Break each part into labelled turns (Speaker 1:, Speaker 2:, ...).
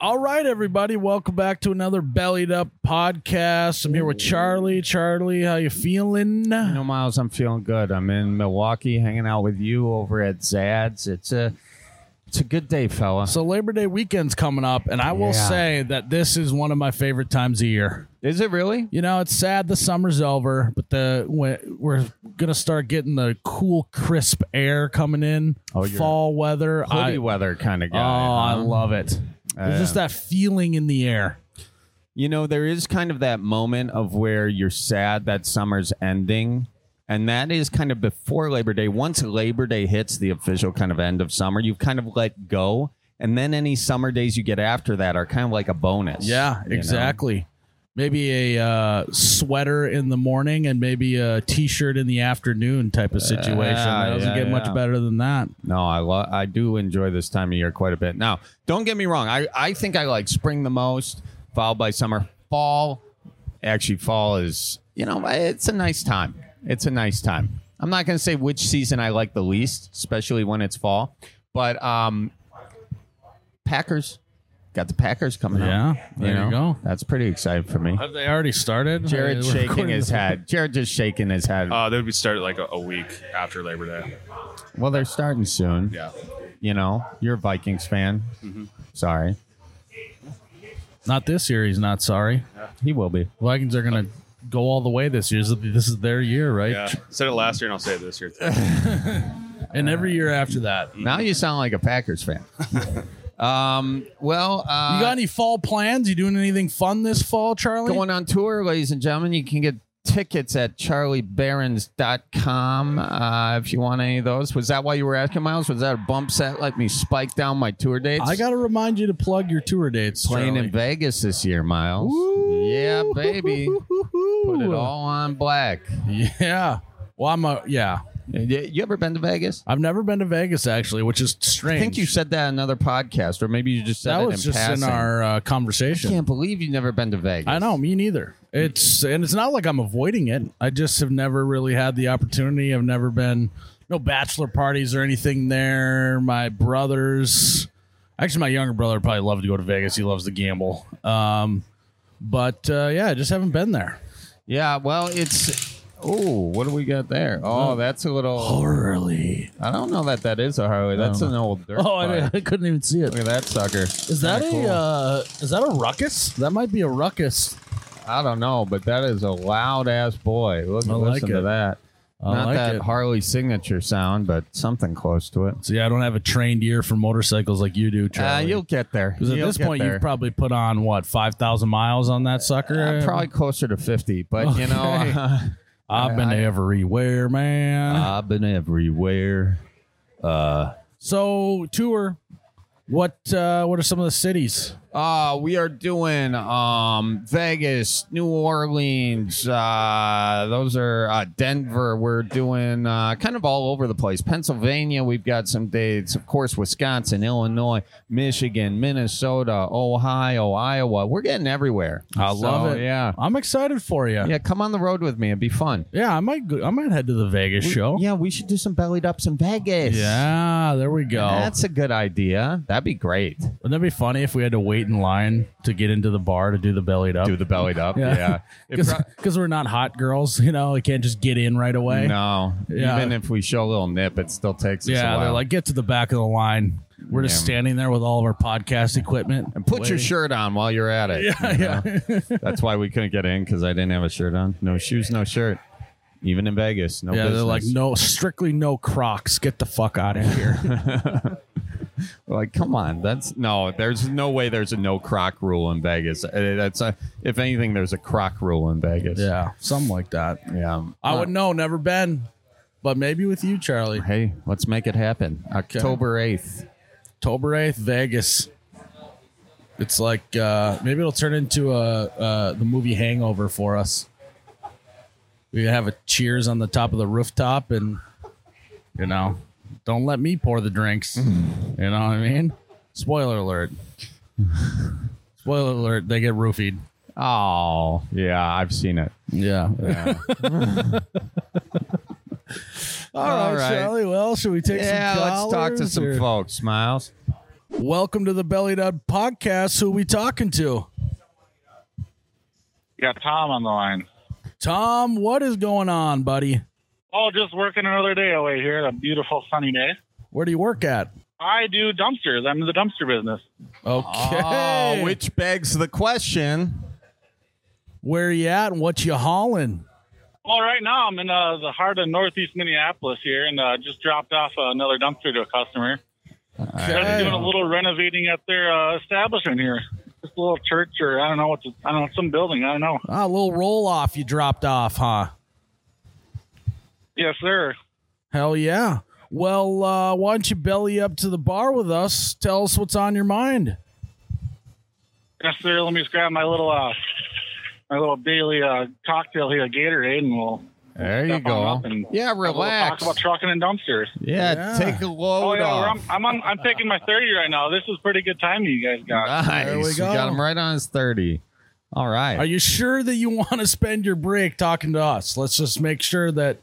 Speaker 1: All right, everybody, welcome back to another Bellied Up podcast. I'm here with Charlie. Charlie, how you feeling?
Speaker 2: You know, Miles, I'm feeling good. I'm in Milwaukee, hanging out with you over at Zad's. It's a it's a good day, fella.
Speaker 1: So Labor Day weekend's coming up, and I will
Speaker 2: Yeah.
Speaker 1: say that this is one of my favorite times of year.
Speaker 2: Is it really?
Speaker 1: You know, it's sad the summer's over, but the we- we're gonna start getting the cool, crisp air coming in.
Speaker 2: Oh, you're
Speaker 1: fall weather.
Speaker 2: Hoodie
Speaker 1: I,
Speaker 2: weather kind of
Speaker 1: oh,
Speaker 2: guy.
Speaker 1: I
Speaker 2: huh?
Speaker 1: love it. There's just that feeling in the air.
Speaker 2: You know, there is kind of that moment of where you're sad that summer's ending. And that is kind of before Labor Day. Once Labor Day hits the official kind of end of summer, you've kind of let go. And then any summer days you get after that are kind of like a bonus.
Speaker 1: Yeah,
Speaker 2: you know?
Speaker 1: exactly. Maybe a uh, sweater in the morning and maybe a t-shirt in the afternoon type of situation.
Speaker 2: Yeah,
Speaker 1: that doesn't
Speaker 2: Uh, yeah,
Speaker 1: get much
Speaker 2: yeah.
Speaker 1: better than that.
Speaker 2: No, I lo- I do enjoy this time of year quite a bit. Now, don't get me wrong. I, I think I like spring the most, followed by summer. Fall, actually, fall is you know it's a nice time. It's a nice time. I'm not gonna say which season I like the least, especially when it's fall. But um, Packers got the Packers coming
Speaker 1: Yeah,
Speaker 2: up.
Speaker 1: there you go.
Speaker 2: That's pretty exciting for me.
Speaker 1: Have they already started?
Speaker 2: Jared shaking his head. Jared just shaking his head.
Speaker 3: Uh, they would be started like a, a week after Labor Day.
Speaker 2: well, they're starting soon.
Speaker 3: Yeah.
Speaker 2: You know, you're a Vikings fan.
Speaker 1: Mm-hmm.
Speaker 2: Sorry.
Speaker 1: Not this year. He's not sorry.
Speaker 2: He will be.
Speaker 1: Vikings are gonna go all the way this year. This is- This is their year, right?
Speaker 3: Yeah. Said it last year and I'll say it this year.
Speaker 1: And every year after that. You
Speaker 2: Now you sound like a Packers fan. um, well, uh,
Speaker 1: got any fall plans? You doing anything fun this fall, Charlie?
Speaker 2: going on tour, ladies and gentlemen. You can get tickets at charliebarons.com uh, if you want any of those. Was that why you were asking, Miles? Was that a bump set? Let me spike down my tour dates.
Speaker 1: I got to remind you to plug your tour dates.
Speaker 2: playing
Speaker 1: Charlie.
Speaker 2: in Vegas this year, Miles. Yeah, baby. Put it all on black.
Speaker 1: Yeah. Well, I'm a yeah.
Speaker 2: Y- You ever been to Vegas?
Speaker 1: I've never been to Vegas actually, which is strange.
Speaker 2: I think you said that in another podcast, or maybe you just said
Speaker 1: that
Speaker 2: it
Speaker 1: was
Speaker 2: in
Speaker 1: just
Speaker 2: passing.
Speaker 1: in our uh,
Speaker 2: I
Speaker 1: conversation.
Speaker 2: can't believe you've never been to Vegas.
Speaker 1: I, know, me neither. It's and it's not like I'm avoiding it. I just have never really had the opportunity. I've never been no bachelor parties or anything there. My brothers, actually, my younger brother would probably love to go to Vegas. He loves to gamble. Um, but uh, yeah, I just haven't been there.
Speaker 2: Yeah, well, it's. Oh, what do we got there? Oh, that's a little.
Speaker 1: Early.
Speaker 2: I don't know that that is a Harley. That's an old dirt
Speaker 1: Oh, I,
Speaker 2: bike.
Speaker 1: I couldn't even see it.
Speaker 2: Look at that sucker.
Speaker 1: Is that
Speaker 2: Kinda
Speaker 1: a uh, is that a ruckus? That might be a ruckus.
Speaker 2: cool. I don't know, but that is a loud ass boy. Look,
Speaker 1: I
Speaker 2: listen
Speaker 1: like
Speaker 2: to
Speaker 1: it.
Speaker 2: that.
Speaker 1: I
Speaker 2: Not
Speaker 1: like
Speaker 2: that
Speaker 1: it. Uh,
Speaker 2: Harley signature sound, but something close to it.
Speaker 1: So yeah, I don't have a trained ear for motorcycles like you do,
Speaker 2: Uh,
Speaker 1: Charlie.
Speaker 2: you'll get there.
Speaker 1: Because at
Speaker 2: You'll
Speaker 1: this
Speaker 2: get
Speaker 1: point,
Speaker 2: there.
Speaker 1: you've probably put on what five thousand miles on that sucker.
Speaker 2: Uh, probably closer to fifty, but you know,
Speaker 1: Okay. I've been
Speaker 2: I-
Speaker 1: everywhere, man.
Speaker 2: I've been everywhere.
Speaker 1: so tour, what uh, what are some of the cities?
Speaker 2: Uh, we are doing um, Vegas, New Orleans. Uh, those are uh, Denver. We're doing uh, kind of all over the place. Pennsylvania, we've got some dates. Of course, Wisconsin, Illinois, Michigan, Minnesota, Ohio, Iowa. We're getting everywhere.
Speaker 1: I
Speaker 2: So,
Speaker 1: love it.
Speaker 2: Yeah.
Speaker 1: I'm excited for you. Yeah,
Speaker 2: Yeah, come on the road with me. It'd be fun.
Speaker 1: I might go, I might head to the Vegas show.
Speaker 2: Yeah, we should do some bellied ups in Vegas.
Speaker 1: Yeah, there we go.
Speaker 2: That's a good idea. That'd be great.
Speaker 1: Wouldn't that be funny if we had to wait in line to get into the bar to do the bellied up?
Speaker 2: Do the bellied up.
Speaker 1: Yeah.
Speaker 2: Yeah. It pro-
Speaker 1: Because we're not hot girls, you know, we can't just get in right away.
Speaker 2: No,
Speaker 1: Yeah.
Speaker 2: even if we show a little nip, it still takes us a
Speaker 1: Yeah,
Speaker 2: while.
Speaker 1: they're like, get to the back of the line. We're just
Speaker 2: Yeah.
Speaker 1: standing there with all of our podcast equipment.
Speaker 2: and put your
Speaker 1: Waiting.
Speaker 2: shirt on while you're at it.
Speaker 1: Yeah, yeah.
Speaker 2: That's why we couldn't get in because I didn't have a shirt on. No shoes, no shirt. Even in Vegas, no.
Speaker 1: Yeah, they're
Speaker 2: business.
Speaker 1: like, no, strictly no Crocs. Get the fuck out of here.
Speaker 2: We're like, come on, that's no. There's no way. There's a no croc rule in Vegas. Uh, That's a, if anything, there's a croc rule in Vegas.
Speaker 1: yeah, something like that.
Speaker 2: yeah. Uh,
Speaker 1: I would know, never been, but maybe with you, Charlie.
Speaker 2: Hey, let's make it happen. October eighth.
Speaker 1: October 8th, Vegas. It's like uh, maybe it'll turn into a uh, the movie Hangover for us. We have a cheers on the top of the rooftop, and you know, don't let me pour the drinks. you know what I mean? Spoiler alert! Spoiler alert! They get roofied.
Speaker 2: Oh, yeah, I've seen it.
Speaker 1: Yeah.
Speaker 2: Yeah.
Speaker 1: All right,
Speaker 2: right.
Speaker 1: Charlie. Well, should we take
Speaker 2: yeah,
Speaker 1: some?
Speaker 2: let's talk to
Speaker 1: callers,
Speaker 2: some
Speaker 1: or-
Speaker 2: folks, Miles.
Speaker 1: Welcome to the Belly Dud Podcast. Who we talking to?
Speaker 4: You got Tom on the line.
Speaker 1: Tom, what is going on, buddy?
Speaker 4: Oh, just working another day away here. A beautiful sunny day.
Speaker 1: Where do you work at?
Speaker 4: I do dumpsters. I'm in the dumpster business.
Speaker 1: Okay.
Speaker 2: Oh, which begs the question.
Speaker 1: Where you at and what you hauling?
Speaker 4: Well, right now I'm in uh, the heart of Northeast Minneapolis here, and uh, just dropped off uh, another dumpster to a customer. Just doing a little renovating at their uh, establishment here. Just a little church, or I don't know what. To, I don't know some building. I don't know.
Speaker 1: Ah, a little roll off you dropped off, huh?
Speaker 4: Yes, sir.
Speaker 1: Hell yeah. Well, uh, why don't you belly up to the bar with us? Tell us what's on your mind.
Speaker 4: Yes, sir. Let me just grab my little uh, my little daily uh, cocktail here, Gatorade, and we'll
Speaker 2: There you
Speaker 4: Step on
Speaker 2: go.
Speaker 4: up and
Speaker 2: Yeah,
Speaker 4: we'll talk
Speaker 2: relax.
Speaker 4: about trucking and dumpsters.
Speaker 2: Yeah,
Speaker 1: Yeah.
Speaker 2: take a load
Speaker 4: Oh yeah, we're-
Speaker 2: off.
Speaker 4: I'm I'm, on, I'm taking my 30 right now. This is pretty good timing you guys got.
Speaker 2: Nice.
Speaker 1: There we
Speaker 2: we,
Speaker 1: go.
Speaker 2: got him right on his 30. All right.
Speaker 1: Are you sure that you want to spend your break talking to us? Let's just make sure that.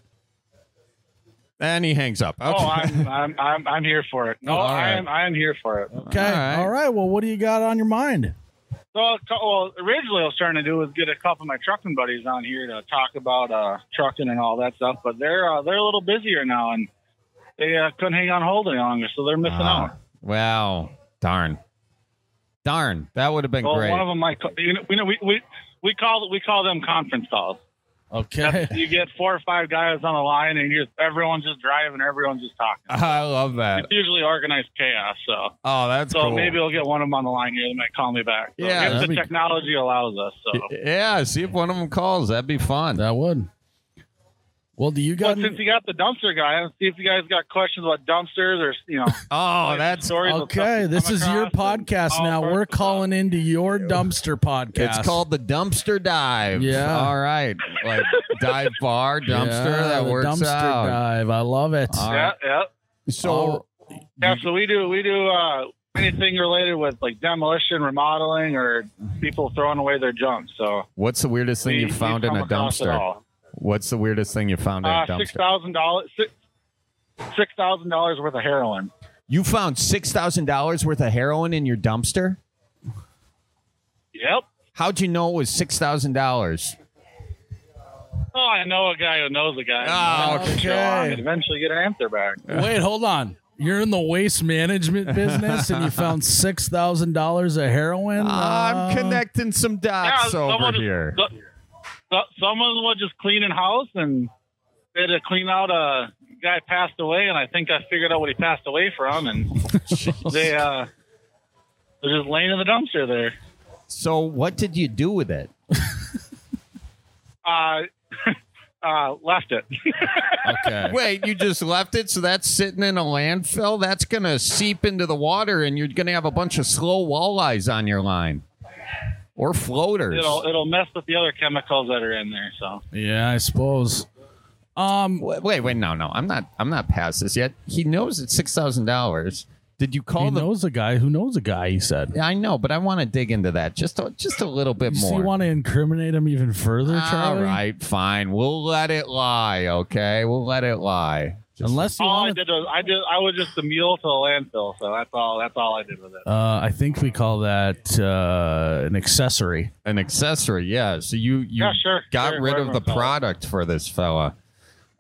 Speaker 2: and he hangs up. Okay.
Speaker 4: Oh, I'm I'm I'm, I'm here for it. No,
Speaker 2: All right.
Speaker 4: I am I am here for it.
Speaker 1: Okay. All
Speaker 2: All
Speaker 1: right.
Speaker 2: right.
Speaker 1: Well, what do you got on your mind?
Speaker 4: So a cou- well, originally I was trying to do was get a couple of my trucking buddies on here to talk about uh, trucking and all that stuff, but they're uh, they're a little busier now and they uh, couldn't hang on hold any longer, so they're missing
Speaker 2: Ah,
Speaker 4: out.
Speaker 2: Wow. Darn. Darn. That would have been
Speaker 4: Well,
Speaker 2: great.
Speaker 4: one of them might co- you know, you know we we we call we call them conference calls.
Speaker 1: Okay.
Speaker 4: You get four or five guys on the line and you just everyone's just driving, everyone's just talking.
Speaker 2: I love that.
Speaker 4: It's usually organized chaos, so.
Speaker 2: Oh, that's
Speaker 4: So
Speaker 2: cool.
Speaker 4: maybe I'll get one of them on the line here. They might call me back. So
Speaker 2: Yeah,
Speaker 4: if
Speaker 2: that'd
Speaker 4: the
Speaker 2: be-
Speaker 4: technology allows us. So,
Speaker 2: yeah, see if one of them calls. That'd be fun.
Speaker 1: that would. Well, do you
Speaker 4: but
Speaker 1: got?
Speaker 4: since you got the dumpster guy, let's see if you guys got questions about dumpsters or you know.
Speaker 2: Oh, that's
Speaker 4: stories of stuff
Speaker 1: okay.
Speaker 4: you
Speaker 1: This
Speaker 4: come
Speaker 1: is your
Speaker 4: across and
Speaker 1: podcast
Speaker 4: all
Speaker 1: now.
Speaker 4: sorts
Speaker 1: We're
Speaker 4: of stuff.
Speaker 1: calling into your dumpster podcast.
Speaker 2: it's called the dumpster dive.
Speaker 1: Yeah.
Speaker 2: All right. Like dive bar,
Speaker 1: Yeah,
Speaker 2: dumpster. that
Speaker 1: the
Speaker 2: works
Speaker 1: dumpster
Speaker 2: out.
Speaker 1: dive. I love it.
Speaker 2: All
Speaker 4: Yeah, yeah,
Speaker 2: So
Speaker 4: yeah. So we do we do uh, anything related with like demolition, remodeling, or people throwing away their junk. So
Speaker 2: what's the weirdest thing
Speaker 4: we,
Speaker 2: you found
Speaker 4: we
Speaker 2: in
Speaker 4: come
Speaker 2: a
Speaker 4: across it
Speaker 2: dumpster?
Speaker 4: all.
Speaker 2: What's the weirdest thing you found in a
Speaker 4: Uh,
Speaker 2: dumpster?
Speaker 4: six thousand dollars. Six thousand dollars worth of heroin.
Speaker 2: You found six thousand dollars worth of heroin in your dumpster.
Speaker 4: Yep.
Speaker 2: How'd you know it was six thousand dollars?
Speaker 4: Oh, I know a guy who knows a guy.
Speaker 2: Ah,
Speaker 4: I'll just go
Speaker 1: okay.
Speaker 4: on and eventually get an answer back.
Speaker 1: Wait, hold on. You're in the waste management business, and you found six thousand dollars of heroin. Uh,
Speaker 2: I'm connecting some dots over
Speaker 4: someone just-
Speaker 2: here.
Speaker 4: so- so- someone was just cleaning house and they had to clean out a guy passed away, and I think I figured out what he passed away from, and they uh, they're just laying in the dumpster there.
Speaker 2: So what did you do with it?
Speaker 4: Uh, uh, left it.
Speaker 1: Okay.
Speaker 2: Wait, you just left it, so that's sitting in a landfill. That's gonna seep into the water, and you're gonna have a bunch of slow walleyes on your line, or floaters.
Speaker 4: It'll it'll mess with the other chemicals that are in there. So
Speaker 1: Yeah, I suppose.
Speaker 2: Wait, wait, wait, no, no, I'm not, I'm not past this yet. He knows it's six thousand dollars. Did you call
Speaker 1: He
Speaker 2: the
Speaker 1: knows a guy who knows a guy. He said.
Speaker 2: Yeah, I know, but I want to dig into that just a, just a little bit
Speaker 1: So
Speaker 2: more.
Speaker 1: you want to incriminate him even further,
Speaker 2: All
Speaker 1: Charlie?
Speaker 2: right, fine. We'll let it lie. Okay, we'll let it lie. Just-
Speaker 1: Unless you
Speaker 4: all Oh, I
Speaker 1: want to,
Speaker 4: did was I did I was just a mule to the landfill. So that's all that's all I did with it.
Speaker 2: Oh.
Speaker 1: uh, I think we call that uh, an accessory.
Speaker 2: an accessory, yeah. So you you
Speaker 4: Yeah, sure,
Speaker 2: got
Speaker 4: sure,
Speaker 2: rid
Speaker 4: whatever
Speaker 2: of the
Speaker 4: it was.
Speaker 2: product for this fella.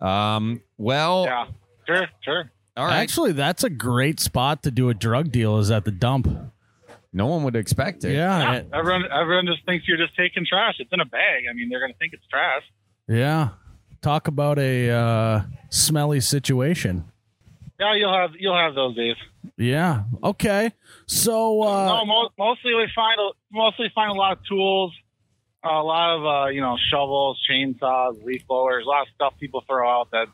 Speaker 2: Um. Well,
Speaker 4: Yeah, sure, sure.
Speaker 2: all right.
Speaker 1: Actually, that's a great spot to do a drug deal. Is at the dump.
Speaker 2: no one would expect it.
Speaker 1: Yeah. it-
Speaker 4: Everyone, everyone just thinks you're just taking trash. It's in a bag. I mean, they're gonna think it's trash.
Speaker 1: yeah. Talk about a uh, smelly situation.
Speaker 4: Yeah, you'll have you'll have those days.
Speaker 1: Yeah. Okay. So uh,
Speaker 4: no, mo- mostly we find a, mostly find a lot of tools, a lot of uh, you know shovels, chainsaws, leaf blowers, a lot of stuff people throw out that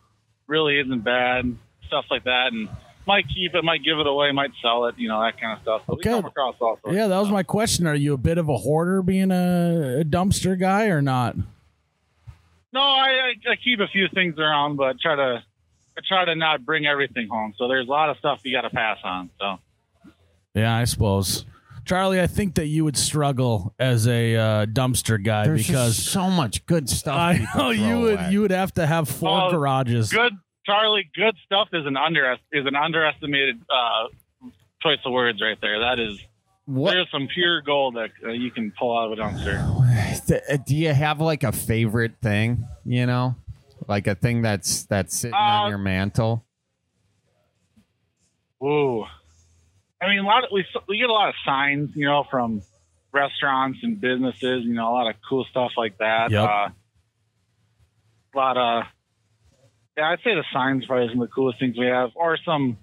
Speaker 4: really isn't bad, stuff like that, and might keep it, might give it away, might sell it, you know that kind of stuff. But
Speaker 1: Okay.
Speaker 4: We come across all sorts.
Speaker 1: Yeah, that was my question. Are you a bit of a hoarder being a, a dumpster guy or not?
Speaker 4: No, I, I, I keep a few things around, but try to I try to not bring everything home. So there's a lot of stuff you got to pass on. So.
Speaker 1: Yeah, I suppose. Charlie, I think that you would struggle as a uh, dumpster guy
Speaker 2: There's
Speaker 1: because
Speaker 2: just so much good stuff.
Speaker 1: I
Speaker 2: people
Speaker 1: know you
Speaker 2: throw
Speaker 1: would
Speaker 2: away.
Speaker 1: you would have to have four
Speaker 4: Oh,
Speaker 1: garages.
Speaker 4: good Charlie, good stuff is an under is an underestimated uh, choice of words right there. That is
Speaker 2: What
Speaker 4: there's some pure gold that uh, you can pull out of a dumpster.
Speaker 2: do you have like a favorite thing? You know, like a thing that's that's sitting on
Speaker 4: Uh,
Speaker 2: your mantle.
Speaker 4: Whoa. I mean, a lot of, we we get a lot of signs, you know, from restaurants and businesses. You know, a lot of cool stuff like that.
Speaker 1: Yep.
Speaker 4: Uh, a lot of yeah, I'd say the signs probably some of the coolest things we have, or some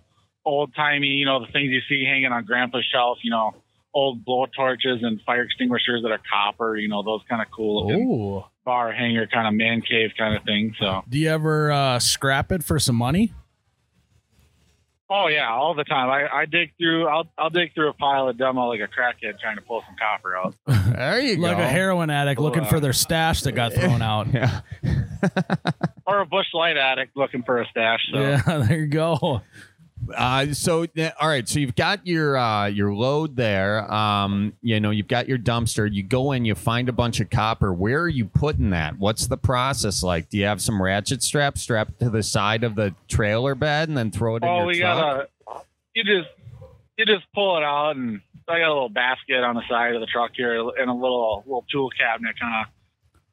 Speaker 4: old timey, you know, the things you see hanging on grandpa's shelf. You know, old blow torches and fire extinguishers that are copper. You know, those kind of cool looking
Speaker 1: Ooh.
Speaker 4: bar hanger kind of man cave kind of thing. So.
Speaker 1: Do you ever uh, scrap it for some money?
Speaker 4: Oh yeah, all the time. I, I dig through. I'll I'll dig through a pile of demo like a crackhead trying to pull some copper out.
Speaker 2: There you
Speaker 1: Like
Speaker 2: go.
Speaker 1: a heroin addict looking for their stash that got thrown out.
Speaker 2: Yeah.
Speaker 4: or a bush light addict looking for a stash. So
Speaker 1: Yeah, there you go.
Speaker 2: Uh, so yeah, all right, so you've got your uh, your load there. Um, you know, you've got your dumpster. You go in, you find a bunch of copper. Where are you putting that? What's the process like? Do you have some ratchet straps strapped to the side of the trailer bed and then throw it in
Speaker 4: oh,
Speaker 2: your
Speaker 4: we
Speaker 2: truck?
Speaker 4: gotta. You just you just pull it out, and I got a little basket on the side of the truck here, and a little little tool cabinet, kind of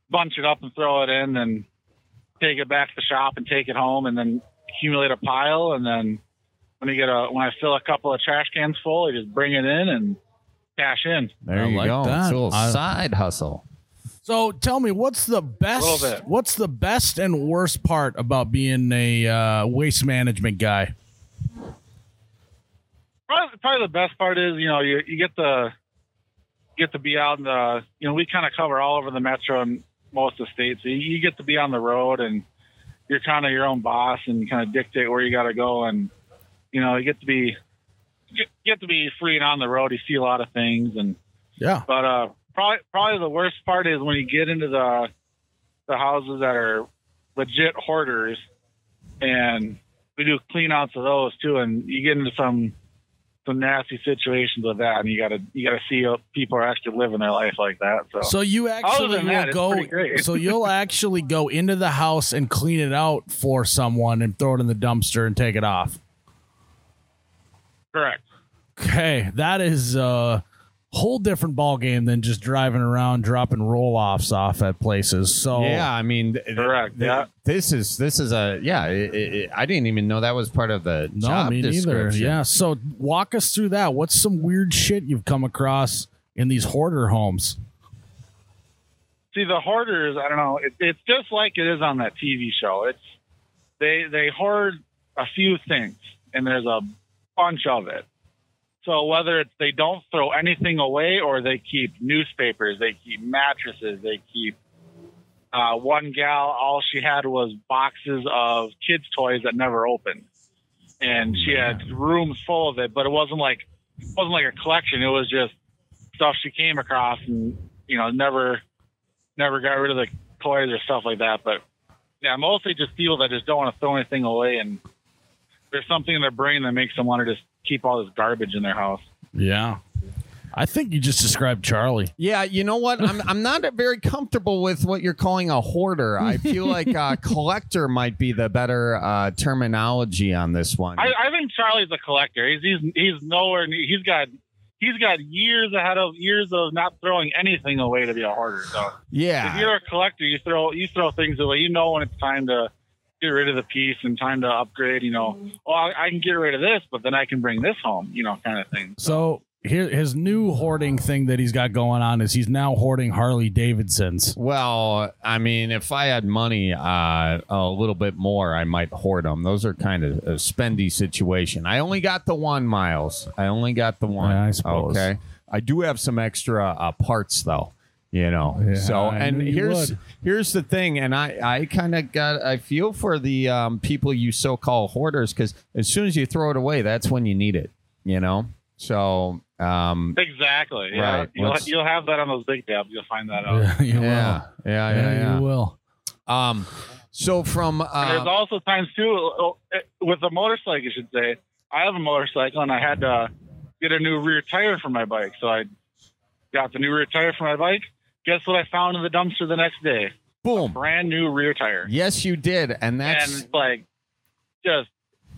Speaker 4: bunch it up and throw it in, and take it back to the shop and take it home, and then accumulate a pile, and then when you get a when I fill a couple of trash cans full, I just bring it in and cash in.
Speaker 2: there
Speaker 1: I
Speaker 2: you
Speaker 1: like
Speaker 2: go.
Speaker 1: that.
Speaker 2: It's a little
Speaker 1: I-
Speaker 2: side hustle.
Speaker 1: So tell me, what's the
Speaker 4: Little
Speaker 1: best?
Speaker 4: bit.
Speaker 1: What's the best and worst part about being a uh, waste management guy?
Speaker 4: probably, probably the best part is you know you, you get the get to be out in the you know we kind of cover all over the metro and most of the states so you, you get to be on the road and you're kind of your own boss and you kind of dictate where you got to go and you know you get to be you get- you get to be free and on the road you see a lot of things and
Speaker 1: Yeah,
Speaker 4: but uh, probably probably the worst part is when you get into the the houses that are legit hoarders, and we do clean outs of those too, and you get into some some nasty situations with that, and you gotta you gotta see if people are actually living their life like that. So,
Speaker 1: so you actually
Speaker 4: than
Speaker 1: will
Speaker 4: that, it's
Speaker 1: go.
Speaker 4: pretty great.
Speaker 1: So you'll actually go into the house and clean it out for someone and throw it in the dumpster and take it off.
Speaker 4: correct.
Speaker 1: Okay, that is a whole different ball game than just driving around dropping roll offs off at places. So
Speaker 2: Yeah, I mean, th- th-
Speaker 4: Correct,
Speaker 2: th-
Speaker 4: yeah.
Speaker 2: This is this is a yeah. i i I didn't even know that was part of the
Speaker 1: no,
Speaker 2: job
Speaker 1: me neither.
Speaker 2: description.
Speaker 1: Yeah. So walk us through that. What's some weird shit you've come across in these hoarder homes?
Speaker 4: See the hoarders, I don't know. It, it's just like it is on that TV show. It's they they hoard a few things, and there's a bunch of it. So whether it's they don't throw anything away, or they keep newspapers, they keep mattresses, they keep. Uh, one gal, all she had was boxes of kids' toys that never opened, and she had rooms full of it. But it wasn't like it wasn't like a collection. It was just stuff she came across, and you know, never never got rid of the toys or stuff like that. But yeah, mostly just people that just don't want to throw anything away, and there's something in their brain that makes them want to just keep all this garbage in their house.
Speaker 1: Yeah. I think you just described Charlie.
Speaker 2: Yeah, you know what? I'm I'm not very comfortable with what you're calling a hoarder. I feel like uh, collector might be the better uh, terminology on this one.
Speaker 4: I, I think Charlie's a collector. He's he's he's nowhere. Near, he's got he's got years ahead of years of not throwing anything away to be a hoarder. So if
Speaker 2: yeah,
Speaker 4: you're a collector, you throw you throw things away. You know when it's time to get rid of the piece and time to upgrade. You know, oh, I, I can get rid of this, but then I can bring this home. You know, kind of thing.
Speaker 1: So here, his new hoarding thing that he's got going on is he's now hoarding Harley Davidsons.
Speaker 2: well, I mean, if I had money uh, a little bit more, I might hoard them. Those are kind of a spendy situation. I only got the one, Miles. I only got the one.
Speaker 1: I suppose.
Speaker 2: Okay, I do have some extra uh, parts though. You know,
Speaker 1: Yeah,
Speaker 2: so
Speaker 1: I
Speaker 2: and
Speaker 1: knew you
Speaker 2: here's
Speaker 1: would.
Speaker 2: here's the thing and i i kind of got i feel for the um, people you so-called hoarders because as soon as you throw it away that's when you need it you know so um
Speaker 4: Exactly. Yeah.
Speaker 2: Right.
Speaker 4: You'll,
Speaker 2: Let's-
Speaker 4: you'll have that on those big tabs. You'll find that out.
Speaker 2: Oh.
Speaker 1: Yeah, you
Speaker 2: yeah
Speaker 1: will.
Speaker 2: yeah yeah,
Speaker 1: Yeah,
Speaker 2: yeah.
Speaker 1: you will.
Speaker 2: um so from
Speaker 4: And there's
Speaker 2: uh,
Speaker 4: also times too oh, eh, with a motorcycle. You should say I have a motorcycle and I had to get a new rear tire for my bike. So I got the new rear tire for my bike. Guess what I found in the dumpster the next day?
Speaker 2: boom
Speaker 4: Brand new rear tire.
Speaker 2: yes you did and that's
Speaker 4: and like just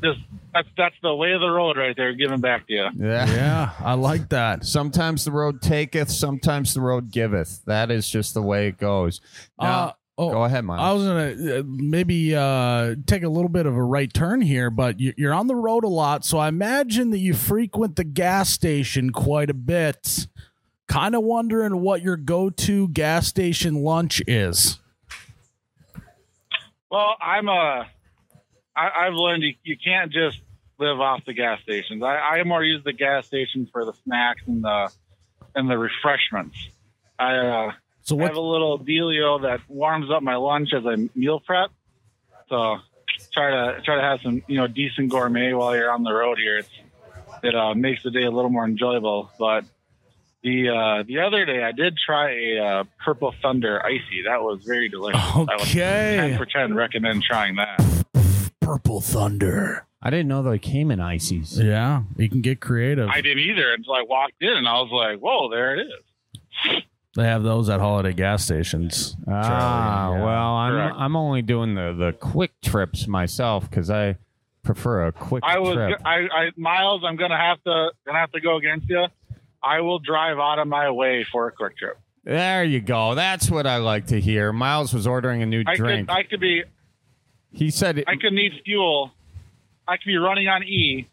Speaker 4: just that's that's the way of the road right there, giving back to you.
Speaker 2: Yeah.
Speaker 1: Yeah, I like that.
Speaker 2: Sometimes the road taketh, sometimes the road giveth. That is just the way it goes.
Speaker 1: Uh,
Speaker 2: Now,
Speaker 1: oh,
Speaker 2: go ahead, Miles.
Speaker 1: I was gonna uh, maybe uh, take a little bit of a right turn here, but you- you're on the road a lot, so I imagine that you frequent the gas station quite a bit. Kind of wondering what your go-to gas station lunch is.
Speaker 4: Well, I'm a. I, I've learned you, you can't just live off the gas stations. I, I more use the gas station for the snacks and the and the refreshments. I uh,
Speaker 1: So
Speaker 4: I have a
Speaker 1: what?
Speaker 4: little dealio that warms up my lunch as I meal prep. So try to try to have some you know decent gourmet while you're on the road here. It's, it uh, makes the day a little more enjoyable. But the uh, the other day I did try a uh, Purple Thunder icy. That was very delicious. I would
Speaker 1: Okay,
Speaker 4: 10 for 10 recommend trying that.
Speaker 1: Purple Thunder.
Speaker 2: I didn't know they came in ices.
Speaker 1: Yeah, you can get creative.
Speaker 4: I didn't either until I walked in and I was like, whoa, there it is.
Speaker 1: They have those at holiday gas stations.
Speaker 2: Ah,
Speaker 1: Charlie, yeah.
Speaker 2: well, I'm
Speaker 4: Correct.
Speaker 2: I'm only doing the the quick trips myself because I prefer a quick
Speaker 4: I was,
Speaker 2: trip.
Speaker 4: I, I, Miles, I'm going to have to, gonna have to go against you. I will drive out of my way for a quick trip.
Speaker 2: There you go. That's what I like to hear. Miles was ordering a new
Speaker 4: I
Speaker 2: drink.
Speaker 4: could, I could be,
Speaker 2: he said,
Speaker 4: I could need fuel. I could be running on E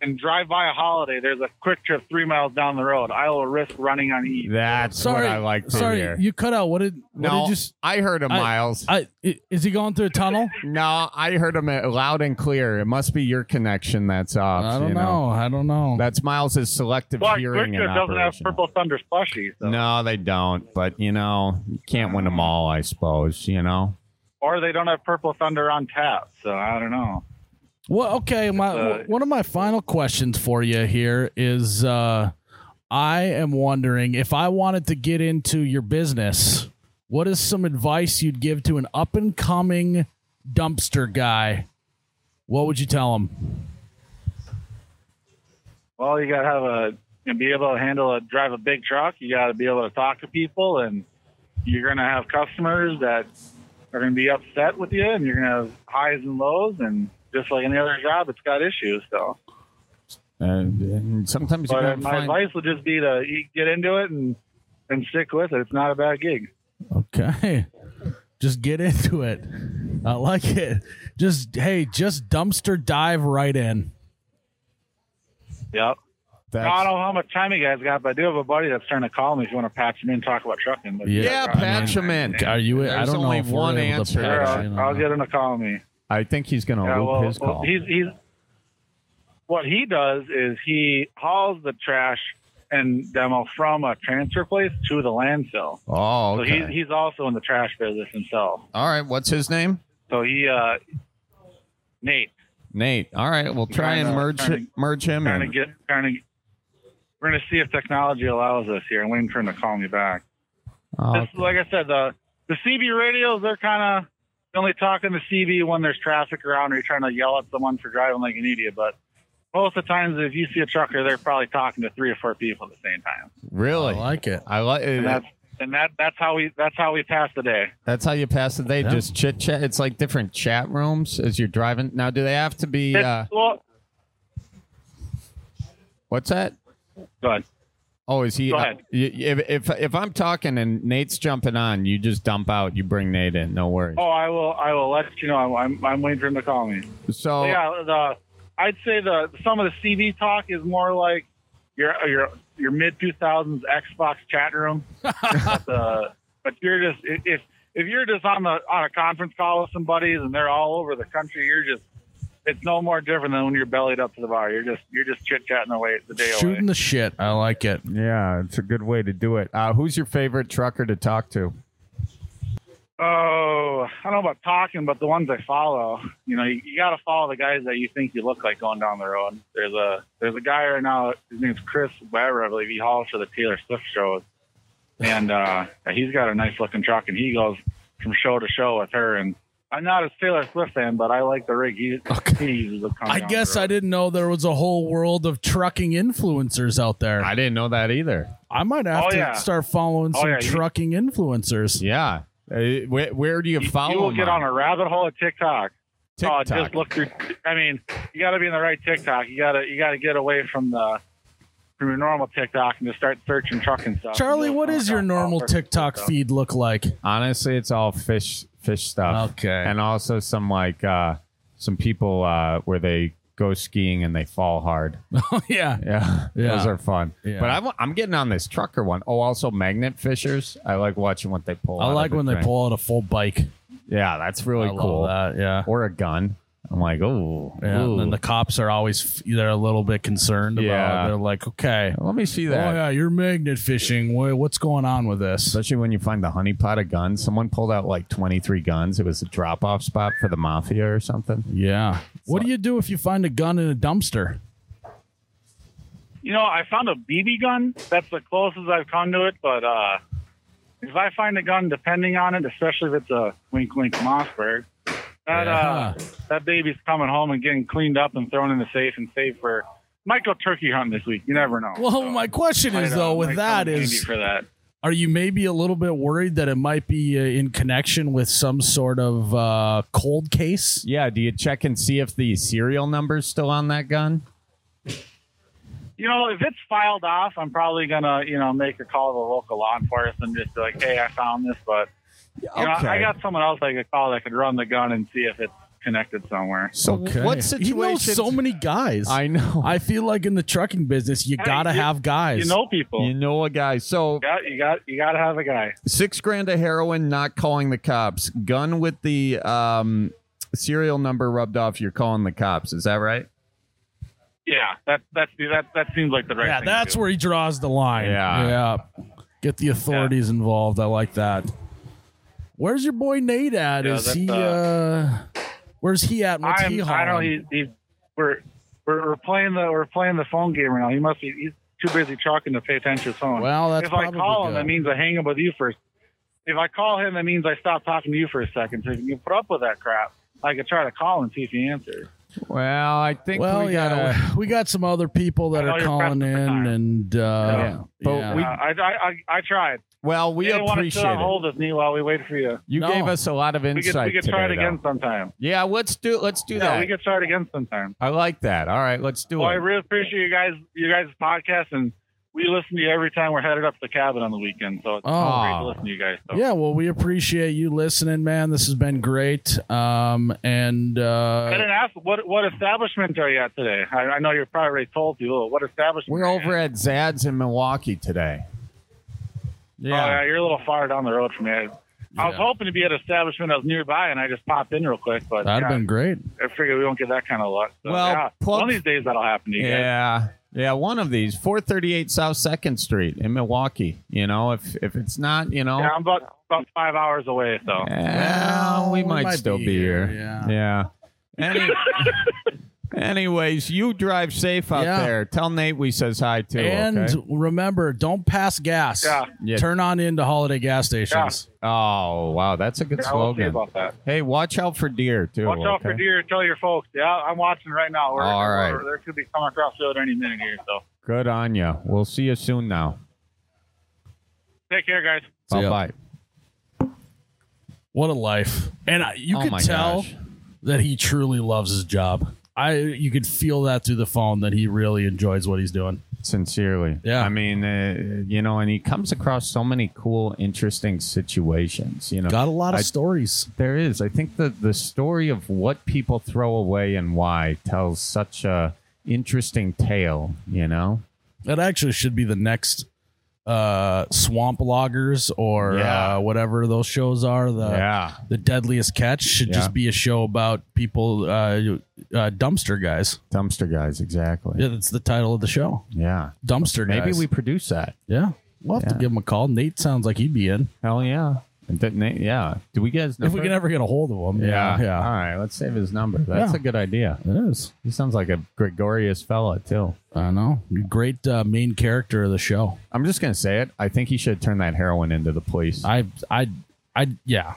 Speaker 4: and drive by a holiday. There's a quick trip three miles down the road. I will risk running on E.
Speaker 2: "That's
Speaker 1: Sorry,
Speaker 2: what I like to
Speaker 1: sorry,
Speaker 2: hear."
Speaker 1: you cut out. What did? What
Speaker 2: no,
Speaker 1: did you? s-
Speaker 2: I heard him,
Speaker 1: I-
Speaker 2: Miles.
Speaker 1: I, i- is he going through a tunnel?
Speaker 2: no, I heard him uh, loud and clear. It must be your connection that's off.
Speaker 1: I don't
Speaker 2: you
Speaker 1: know. I don't know.
Speaker 2: That's Miles's selective
Speaker 4: But quick
Speaker 2: hearing and
Speaker 4: trip doesn't have
Speaker 2: operation.
Speaker 4: purple thunder slushy. So.
Speaker 2: No, they don't. But you know, you can't win them all. I suppose. You know.
Speaker 4: Or they don't have purple thunder on tap. So I don't know.
Speaker 1: Well, okay. My
Speaker 4: Uh,
Speaker 1: one of my final questions for you here is, uh, I am wondering if I wanted to get into your business, what is some advice you'd give to an up and coming dumpster guy? What would you tell him?
Speaker 4: Well, you gotta have a you know, be able to handle a drive a big truck. You gotta be able to talk to people, and you're gonna have customers that are gonna be upset with you, and you're gonna have highs and lows, and just like any other job, it's got issues. So,
Speaker 2: And, Uh, and sometimes you
Speaker 4: but uh,
Speaker 2: gotta
Speaker 4: my
Speaker 2: find,
Speaker 4: advice would just be to you get into it and and stick with it. It's not a bad gig.
Speaker 1: Okay. Just get into it. I like it. Just hey, just dumpster dive right in.
Speaker 4: Yep.
Speaker 2: that's-
Speaker 4: I don't know how much time you guys got, but I do have a buddy that's trying to call me if you want to patch him in, talk about trucking. But- "Oh,
Speaker 1: Yeah,
Speaker 2: yeah, patch him in.
Speaker 1: Are you? I
Speaker 2: There's
Speaker 1: don't know
Speaker 2: only
Speaker 1: if we're
Speaker 2: one
Speaker 1: able to
Speaker 2: answer.
Speaker 1: patch
Speaker 4: Sure,
Speaker 1: in
Speaker 4: I'll,
Speaker 1: on
Speaker 4: I'll
Speaker 1: that.
Speaker 4: get him to call me.
Speaker 2: I think he's gonna
Speaker 4: Yeah,
Speaker 2: loop
Speaker 4: well,
Speaker 2: his
Speaker 4: well,
Speaker 2: call.
Speaker 4: he's he's what he does is he hauls the trash and demo from a transfer place to the landfill.
Speaker 2: oh, okay.
Speaker 4: So he's he's also in the trash business himself.
Speaker 2: All right. What's his name?
Speaker 4: So he uh Nate
Speaker 2: Nate. All right. We'll try
Speaker 4: Trying
Speaker 2: and
Speaker 4: to-
Speaker 2: merge
Speaker 4: trying
Speaker 2: merge him.
Speaker 4: trying to
Speaker 2: in.
Speaker 4: get trying to we're gonna see if technology allows us here. I'm waiting for him to call me back.
Speaker 2: Oh,
Speaker 4: This, like I said, the the CB radios they're kind of only talking to CB when there's traffic around or you're trying to yell at someone for driving like an idiot. But most of the times, if you see a trucker, they're probably talking to three or four people at the same
Speaker 1: I
Speaker 4: time.
Speaker 2: really?
Speaker 1: like it.
Speaker 2: I like
Speaker 4: And that's and that that's how we that's how we pass the day.
Speaker 2: that's how you pass the day.
Speaker 1: Yeah.
Speaker 2: Just chit chat. It's like different chat rooms as you're driving. Now, do they have to be? Uh,
Speaker 4: It's- Well,
Speaker 2: what's that?
Speaker 4: good.
Speaker 2: Oh, is he?
Speaker 4: Go ahead.
Speaker 2: uh, y- if, if if I'm talking and Nate's jumping on, you just dump out. You bring Nate in. No worries.
Speaker 4: Oh, I will I will let you know. I'm I'm, I'm waiting for him to call me.
Speaker 2: so
Speaker 4: Yeah, the I'd say the some of the CB talk is more like your your your mid 2000s Xbox chat room. but, uh, but you're just i- if if you're just on the on a conference call with some buddies and they're all over the country, you're just it's no more different than when you're bellied up to the bar. You're just you're just chit chatting away the day away.
Speaker 1: Shooting the shit. I like it.
Speaker 2: yeah, it's a good way to do it. Uh, who's your favorite trucker to talk to?
Speaker 4: Oh, I don't know about talking, but the ones I follow, you know, you, you got to follow the guys that you think you look like going down the road. There's a there's a guy right now. His name's Chris Webber, I believe. He hauls for the Taylor Swift shows, and uh, he's got a nice looking truck, and he goes from show to show with her. And I'm not a Taylor Swift fan, but I like the rig he, he uses. to come
Speaker 1: I
Speaker 4: down
Speaker 1: guess
Speaker 4: the
Speaker 1: I
Speaker 4: road.
Speaker 1: didn't know there was a whole world of trucking influencers out there.
Speaker 2: I
Speaker 1: I,
Speaker 2: didn't know that either.
Speaker 1: might have
Speaker 4: Oh,
Speaker 1: to
Speaker 4: yeah.
Speaker 1: start following
Speaker 4: Oh,
Speaker 1: some
Speaker 4: yeah, you-
Speaker 1: trucking influencers.
Speaker 2: Yeah. Uh, where, where do you
Speaker 4: You,
Speaker 2: follow
Speaker 4: you will
Speaker 2: him
Speaker 4: get on a rabbit hole of TikTok.
Speaker 2: TikTok.
Speaker 4: Oh, just look through. I mean, you got to be in the right TikTok. You gotta you gotta get away from the from your normal TikTok and just start searching trucking stuff.
Speaker 1: Charlie,
Speaker 4: You'll
Speaker 1: what
Speaker 4: come
Speaker 1: is your
Speaker 4: across
Speaker 1: normal
Speaker 4: all sorts of
Speaker 1: TikTok
Speaker 4: stuff.
Speaker 1: feed look like?
Speaker 2: Honestly, it's all fish fish stuff.
Speaker 1: Okay.
Speaker 2: And also some like uh some people uh where they go skiing and they fall hard.
Speaker 1: Oh yeah.
Speaker 2: Yeah.
Speaker 1: Yeah.
Speaker 2: Those are fun.
Speaker 1: Yeah.
Speaker 2: But I'm, I'm getting on this trucker one. Oh, also magnet fishers. I like watching what they pull. out
Speaker 1: I
Speaker 2: of
Speaker 1: like
Speaker 2: the
Speaker 1: when they
Speaker 2: thing.
Speaker 1: pull out a full bike.
Speaker 2: Yeah, that's really
Speaker 1: I love
Speaker 2: cool.
Speaker 1: that, Yeah.
Speaker 2: Or a gun. I'm like, oh,
Speaker 1: Yeah,
Speaker 2: ooh.
Speaker 1: and then the cops are always f- they're a little bit concerned about.
Speaker 2: Yeah.
Speaker 1: It. They're like, okay,
Speaker 2: let me see
Speaker 1: oh
Speaker 2: that.
Speaker 1: yeah, you're magnet fishing. Wha- What's going on with this?
Speaker 2: Especially when you find the honey pot of guns. Someone pulled out like 23 guns. It was a drop off spot for the mafia or something.
Speaker 1: Yeah. What do you do if you find a gun in a dumpster?
Speaker 4: You know, I found a BB gun. That's the closest I've come to it. But uh, if I find a gun, depending on it, especially if it's a wink wink Mossberg, that uh,
Speaker 1: Yeah.
Speaker 4: that baby's coming home and getting cleaned up and thrown in the safe and saved for. Might go turkey hunting this week. You never know.
Speaker 1: Well,
Speaker 4: So,
Speaker 1: my question
Speaker 4: might,
Speaker 1: is
Speaker 4: uh,
Speaker 1: though,
Speaker 4: might
Speaker 1: with that
Speaker 4: come in handy
Speaker 1: is,
Speaker 4: for that.
Speaker 1: are you maybe a little bit worried that it might be uh, in connection with some sort of uh, cold case?
Speaker 2: Yeah, do you check and see if the serial number's still on that gun?
Speaker 4: you know, if it's filed off, I'm probably gonna, you know, make a call to local law enforcement and just be like, hey, I found this, but you know, I got someone else I could call that could run the gun and see if it's connected somewhere.
Speaker 2: so what situation?
Speaker 1: He knows so many guys.
Speaker 2: I know.
Speaker 1: I feel like in the trucking business, you
Speaker 4: Hey,
Speaker 1: gotta
Speaker 4: you-
Speaker 1: have guys.
Speaker 4: You know people.
Speaker 2: you
Speaker 4: You
Speaker 2: know a guy. So
Speaker 4: got you got you gotta have a guy.
Speaker 2: six grand of heroin, not calling the cops. Gun with the um, serial number rubbed off. You're calling the cops. Is that right?
Speaker 4: Yeah, that that's that that seems like the right
Speaker 1: yeah,
Speaker 4: thing. to
Speaker 1: that's
Speaker 4: do.
Speaker 1: where he draws the line.
Speaker 2: Yeah.
Speaker 1: yeah. Get the authorities involved. I like that. Where's your boy Nate at?
Speaker 4: Yeah,
Speaker 1: Is
Speaker 4: that's,
Speaker 1: he?
Speaker 4: uh,
Speaker 1: Uh, where's he at? and What's he
Speaker 4: I'm, I don't know
Speaker 1: hauling?
Speaker 4: he, he we're, we're we're playing the we're playing the phone game right now. He must be he's too busy talking to pay attention to his phone.
Speaker 1: Well, that's
Speaker 4: if I
Speaker 1: probably
Speaker 4: call him,
Speaker 1: good.
Speaker 4: that means I hang up with you first. If I call him, that means I stop talking to you for a second. So if you can put up with that crap, I could try to call and see if he answers.
Speaker 2: Well, I think
Speaker 1: Well,
Speaker 2: we
Speaker 1: yeah,
Speaker 2: gotta.
Speaker 1: we got some other people that
Speaker 4: I know
Speaker 1: are
Speaker 4: you're
Speaker 1: calling
Speaker 4: pressed for
Speaker 1: in,
Speaker 4: time.
Speaker 1: and uh, yeah.
Speaker 4: Yeah.
Speaker 2: But
Speaker 4: Uh, I, I I I tried.
Speaker 2: Well, we
Speaker 4: you didn't want to sit
Speaker 2: appreciate
Speaker 4: on
Speaker 2: it.
Speaker 4: hold with me while we waited for you.
Speaker 2: You
Speaker 1: No.
Speaker 2: gave us a lot of
Speaker 4: We could
Speaker 2: insight
Speaker 4: we could
Speaker 2: today.
Speaker 4: try it again
Speaker 2: though.
Speaker 4: sometime.
Speaker 2: Yeah, let's do. Let's do
Speaker 4: Yeah,
Speaker 2: that.
Speaker 4: we could try it again sometime.
Speaker 2: I like that. All right, let's do
Speaker 4: Well, I
Speaker 2: it.
Speaker 4: really appreciate you guys you guys' podcast and we listen to you every time we're headed up to the cabin on the weekend. So it's
Speaker 1: Oh.
Speaker 4: great to listen to you guys. So.
Speaker 1: yeah. Well, we appreciate you listening, man. This has been great. Um, and
Speaker 4: I
Speaker 1: uh,
Speaker 4: didn't ask what what establishment are you at today? I, I know you're probably already told people. but What establishment?
Speaker 2: We're
Speaker 4: are you
Speaker 2: over
Speaker 4: at.
Speaker 2: at Zad's in Milwaukee today.
Speaker 4: Oh, yeah,
Speaker 2: Yeah.
Speaker 4: you're a little far down the road from me. I, I was
Speaker 1: Yeah.
Speaker 4: hoping to be at an establishment that was nearby, and I just popped in real quick. But
Speaker 1: that'd have
Speaker 4: yeah,
Speaker 1: been great.
Speaker 4: I figured we won't get that kind of luck. So,
Speaker 2: Well,
Speaker 4: yeah,
Speaker 2: plug-
Speaker 4: one of these days that'll happen to you guys.
Speaker 2: Yeah. Yeah, one of these, 438 South 2nd Street in Milwaukee. You know, if if it's not, you know,
Speaker 4: Yeah, I'm about about five hours away. So
Speaker 2: well, we, might, still be here. Yeah. Any- anyways, you drive safe out
Speaker 1: Yeah.
Speaker 2: there. Tell Nate we says hi too.
Speaker 1: And
Speaker 2: okay?
Speaker 1: remember, don't pass gas.
Speaker 4: Yeah.
Speaker 2: Yeah.
Speaker 1: Turn on into holiday gas stations.
Speaker 2: oh wow, that's a good
Speaker 4: yeah, we'll see
Speaker 2: slogan.
Speaker 4: about that.
Speaker 2: Hey, watch out for deer too.
Speaker 4: Watch out for
Speaker 2: okay?
Speaker 4: deer. Tell your folks. Yeah, I'm watching right now. We're,
Speaker 2: All right.
Speaker 4: we're- there could be coming across the road any minute here. So
Speaker 2: Good on you. We'll see you soon now.
Speaker 4: take care, guys.
Speaker 1: See
Speaker 2: Bye
Speaker 1: ya.
Speaker 2: bye.
Speaker 1: What a life. And I- you
Speaker 2: Oh
Speaker 1: could
Speaker 2: my
Speaker 1: tell
Speaker 2: gosh.
Speaker 1: that he truly loves his job. I you could feel that through the phone that he really enjoys what he's doing.
Speaker 2: Sincerely.
Speaker 1: Yeah.
Speaker 2: I mean, uh, you know, and he comes across so many cool, interesting situations. You know,
Speaker 1: Got a lot of
Speaker 2: I-
Speaker 1: stories.
Speaker 2: there is. I think the the story of what people throw away and why tells such a interesting tale. You know.
Speaker 1: That actually should be the next uh swamp loggers or
Speaker 2: Yeah.
Speaker 1: uh, whatever those shows are.
Speaker 2: Uh,
Speaker 1: The
Speaker 2: yeah.
Speaker 1: the deadliest catch should
Speaker 2: Yeah.
Speaker 1: just be a show about people uh, uh dumpster guys.
Speaker 2: Dumpster guys. Exactly.
Speaker 1: Yeah, that's the title of the show.
Speaker 2: Yeah.
Speaker 1: Dumpster guys.
Speaker 2: Maybe we produce that.
Speaker 1: Yeah. We'll have to
Speaker 2: Yeah.
Speaker 1: give him a call. Nate sounds like he'd be in.
Speaker 2: Hell yeah. And that na- Yeah. Do we get his
Speaker 1: If
Speaker 2: number?
Speaker 1: we can ever get a hold of him.
Speaker 2: yeah. All
Speaker 1: Yeah.
Speaker 2: right. Let's save his number. That's
Speaker 1: Yeah.
Speaker 2: a good idea.
Speaker 1: It is.
Speaker 2: He sounds like a gregarious fella too.
Speaker 1: I know. Great uh, main character of the show.
Speaker 2: I'm just gonna say it. I think he should turn that heroin into the police. I,
Speaker 1: I, I, I, yeah.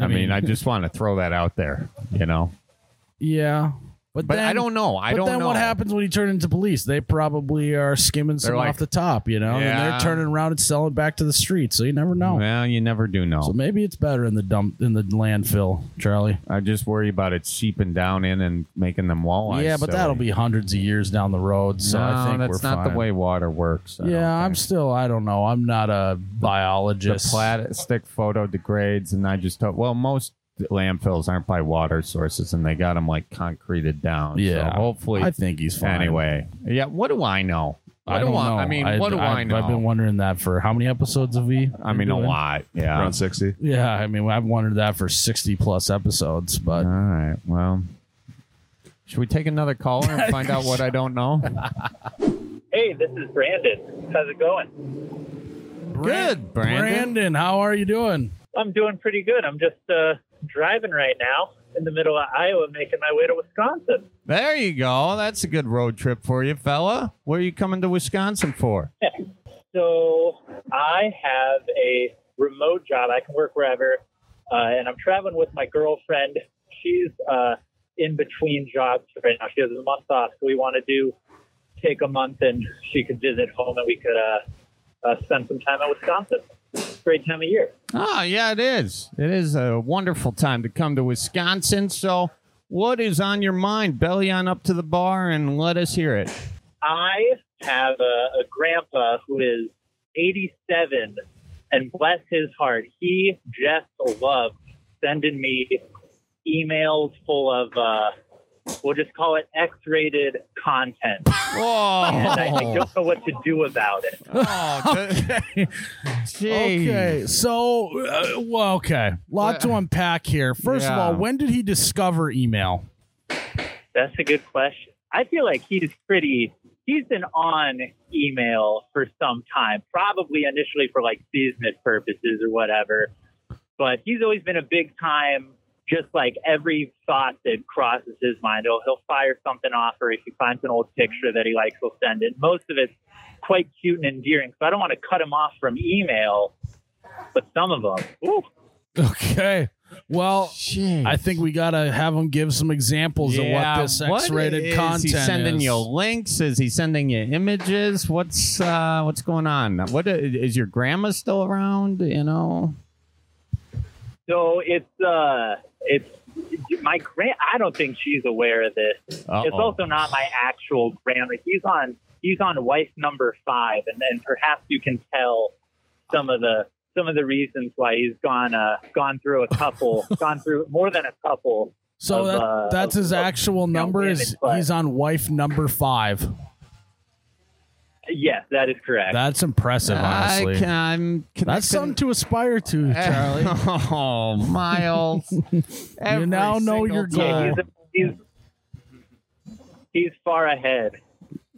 Speaker 2: mean, I just want to throw that out there. You know,
Speaker 1: yeah. But,
Speaker 2: But
Speaker 1: then,
Speaker 2: I don't know. I
Speaker 1: but
Speaker 2: don't
Speaker 1: then
Speaker 2: know.
Speaker 1: what happens when you turn into police? They probably are skimming some
Speaker 2: They're like,
Speaker 1: off the top, you know, and
Speaker 2: "Yeah."
Speaker 1: they're turning around and selling back to the street. So you never know.
Speaker 2: Well, you never do know.
Speaker 1: So maybe it's better in the dump in the landfill, Charlie.
Speaker 2: I just worry about it seeping down in and making them walleyes.
Speaker 1: yeah, but
Speaker 2: silly.
Speaker 1: that'll be hundreds of years down the road. So I
Speaker 2: No,
Speaker 1: think
Speaker 2: that's
Speaker 1: we're
Speaker 2: not
Speaker 1: fine.
Speaker 2: the way water works. I
Speaker 1: yeah,
Speaker 2: don't
Speaker 1: I'm
Speaker 2: think.
Speaker 1: still. I don't know. I'm not a
Speaker 2: the
Speaker 1: biologist.
Speaker 2: plastic photo degrades, and I just hope. Well, most landfills aren't by water sources, and they got them like concreted down.
Speaker 1: Yeah.
Speaker 2: so hopefully.
Speaker 1: I think he's fine.
Speaker 2: anyway, yeah. What do I know? What
Speaker 1: I
Speaker 2: do
Speaker 1: don't
Speaker 2: I,
Speaker 1: know.
Speaker 2: I mean, what do I, know?
Speaker 1: I've been wondering that for how many episodes have we?
Speaker 2: I mean, a
Speaker 1: doing?
Speaker 2: lot. Yeah.
Speaker 3: Around 60.
Speaker 1: Yeah, I mean, I've wondered that for sixty plus episodes, but
Speaker 2: All right. Well, should we take another caller and find out what I don't know?
Speaker 5: Hey, this is Brandon. How's it going?
Speaker 2: Good, Brandon.
Speaker 1: Brandon, how are you doing?
Speaker 5: I'm doing pretty good. I'm just uh, driving right now in the middle of Iowa, making my way to Wisconsin.
Speaker 2: There you go. That's a good road trip for you, fella. What are you coming to Wisconsin for?
Speaker 5: So I have a remote job. I can work wherever, uh, and I'm traveling with my girlfriend. She's uh, in between jobs right now. She has a month off, so we want to do take a month, and she could visit home, and we could uh, uh, spend some time in Wisconsin. Great time of year.
Speaker 2: Ah, yeah, it is. It is a wonderful time to come to Wisconsin. So, what is on your mind? Belly on up to the bar and let us hear it.
Speaker 5: I have a, a grandpa who is 87, and bless his heart, he just loves sending me emails full of, uh, we'll just call it X-rated content. And I, I
Speaker 2: Whoa.
Speaker 5: don't know what to do about it.
Speaker 2: Oh, th- Jeez.
Speaker 1: Okay, so uh, well, okay, lot to unpack here. First of
Speaker 2: Yeah.
Speaker 1: all, when did he discover email?
Speaker 5: That's a good question. I feel like he's pretty. He's been on email for some time, probably initially for like business purposes or whatever. But he's always been a big time, just like every thought that crosses his mind. He'll, he'll fire something off, or if he finds an old picture that he likes, he'll send it. Most of it's quite cute and endearing. So I don't want to cut him off from email, but some of them, ooh,
Speaker 1: Okay, well,
Speaker 2: Jeez.
Speaker 1: I think we gotta have him give some examples of what this
Speaker 2: what
Speaker 1: X-rated
Speaker 2: is
Speaker 1: content
Speaker 2: he sending
Speaker 1: is.
Speaker 2: you links? Is he sending you images? What's uh, what's going on? What is your grandma still around? You know,
Speaker 5: So it's uh, it's my grand. I don't think she's aware of this. It's also not my actual grand. like, He's on he's on wife number five, and then perhaps you can tell some of the some of the reasons why he's gone uh, gone through a couple, gone through more than a couple.
Speaker 1: so
Speaker 5: of,
Speaker 1: that,
Speaker 5: uh,
Speaker 1: that's his
Speaker 5: of-
Speaker 1: actual number.
Speaker 5: women,
Speaker 1: Is
Speaker 5: but-
Speaker 1: he's on wife number five?
Speaker 5: Yes, that is correct.
Speaker 1: That's impressive, honestly.
Speaker 2: I can, I'm
Speaker 1: That's something to aspire to, Charlie.
Speaker 2: oh, Miles! Every
Speaker 1: now know
Speaker 2: single
Speaker 1: your
Speaker 2: time.
Speaker 5: yeah, he's, he's he's far ahead.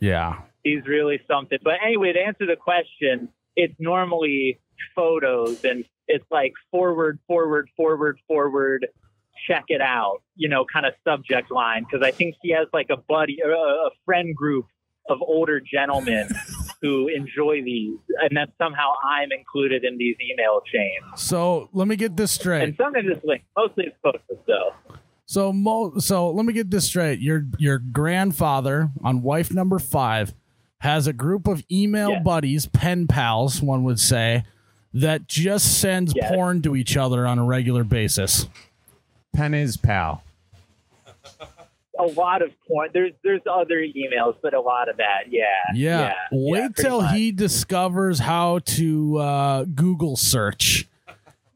Speaker 1: yeah.
Speaker 5: he's really something. But anyway, to answer the question, it's normally photos and it's like forward, forward, forward, forward, check it out, you know, kind of subject line. Cause I think he has like a buddy, or a a friend group of older gentlemen who enjoy these. And then somehow I'm included in these email chains.
Speaker 1: So let me get this
Speaker 5: And
Speaker 1: straight.
Speaker 5: sometimes it's like, mostly it's photos though.
Speaker 1: So mo- so let me get this straight. Your your grandfather on wife number five has a group of email
Speaker 5: Yes.
Speaker 1: buddies, pen pals, one would say, that just sends
Speaker 5: Yes.
Speaker 1: porn to each other on a regular basis.
Speaker 2: Pen is pal.
Speaker 5: A lot of porn. There's there's other emails, but a lot of that, yeah.
Speaker 1: Yeah. Wait
Speaker 5: yeah, pretty
Speaker 1: till
Speaker 5: much.
Speaker 1: he discovers how to uh, Google search.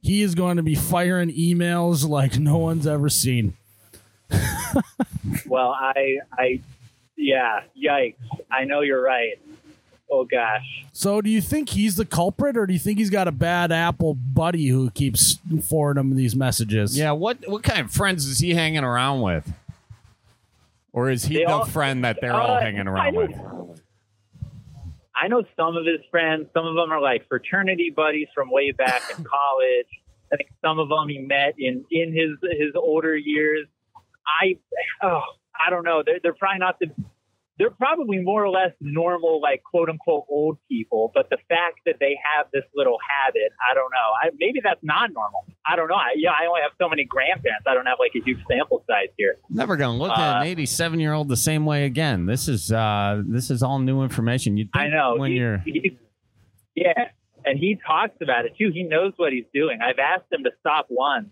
Speaker 1: He is going to be firing emails like no one's ever seen.
Speaker 5: Well, I, I, yeah, yikes. I know you're right. Oh gosh.
Speaker 1: So, do you think he's the culprit, or do you think he's got a bad apple buddy who keeps forwarding him these messages?
Speaker 2: Yeah, what what kind of friends is he hanging around with? Or is he
Speaker 5: They
Speaker 2: the
Speaker 5: all-
Speaker 2: friend that they're all
Speaker 5: Uh,
Speaker 2: hanging
Speaker 5: I
Speaker 2: around
Speaker 5: know-
Speaker 2: with?
Speaker 5: I know some of his friends. Some of them are like fraternity buddies from way back in college. I think some of them he met in in his his older years. I, oh, I don't know. They're they're probably not the. They're probably more or less normal, like quote unquote old people. But the fact that they have this little habit, I don't know. I, maybe that's not normal. I don't know. I, yeah, I only have so many grandparents. I don't have like a huge sample size here.
Speaker 2: Never gonna look
Speaker 5: Uh,
Speaker 2: at an 87 year old the same way again. This is uh, this is all new information. You
Speaker 5: I know.
Speaker 2: when
Speaker 5: he-
Speaker 2: you're
Speaker 5: he- yeah, and he talks about it too. He knows what he's doing. I've asked him to stop once,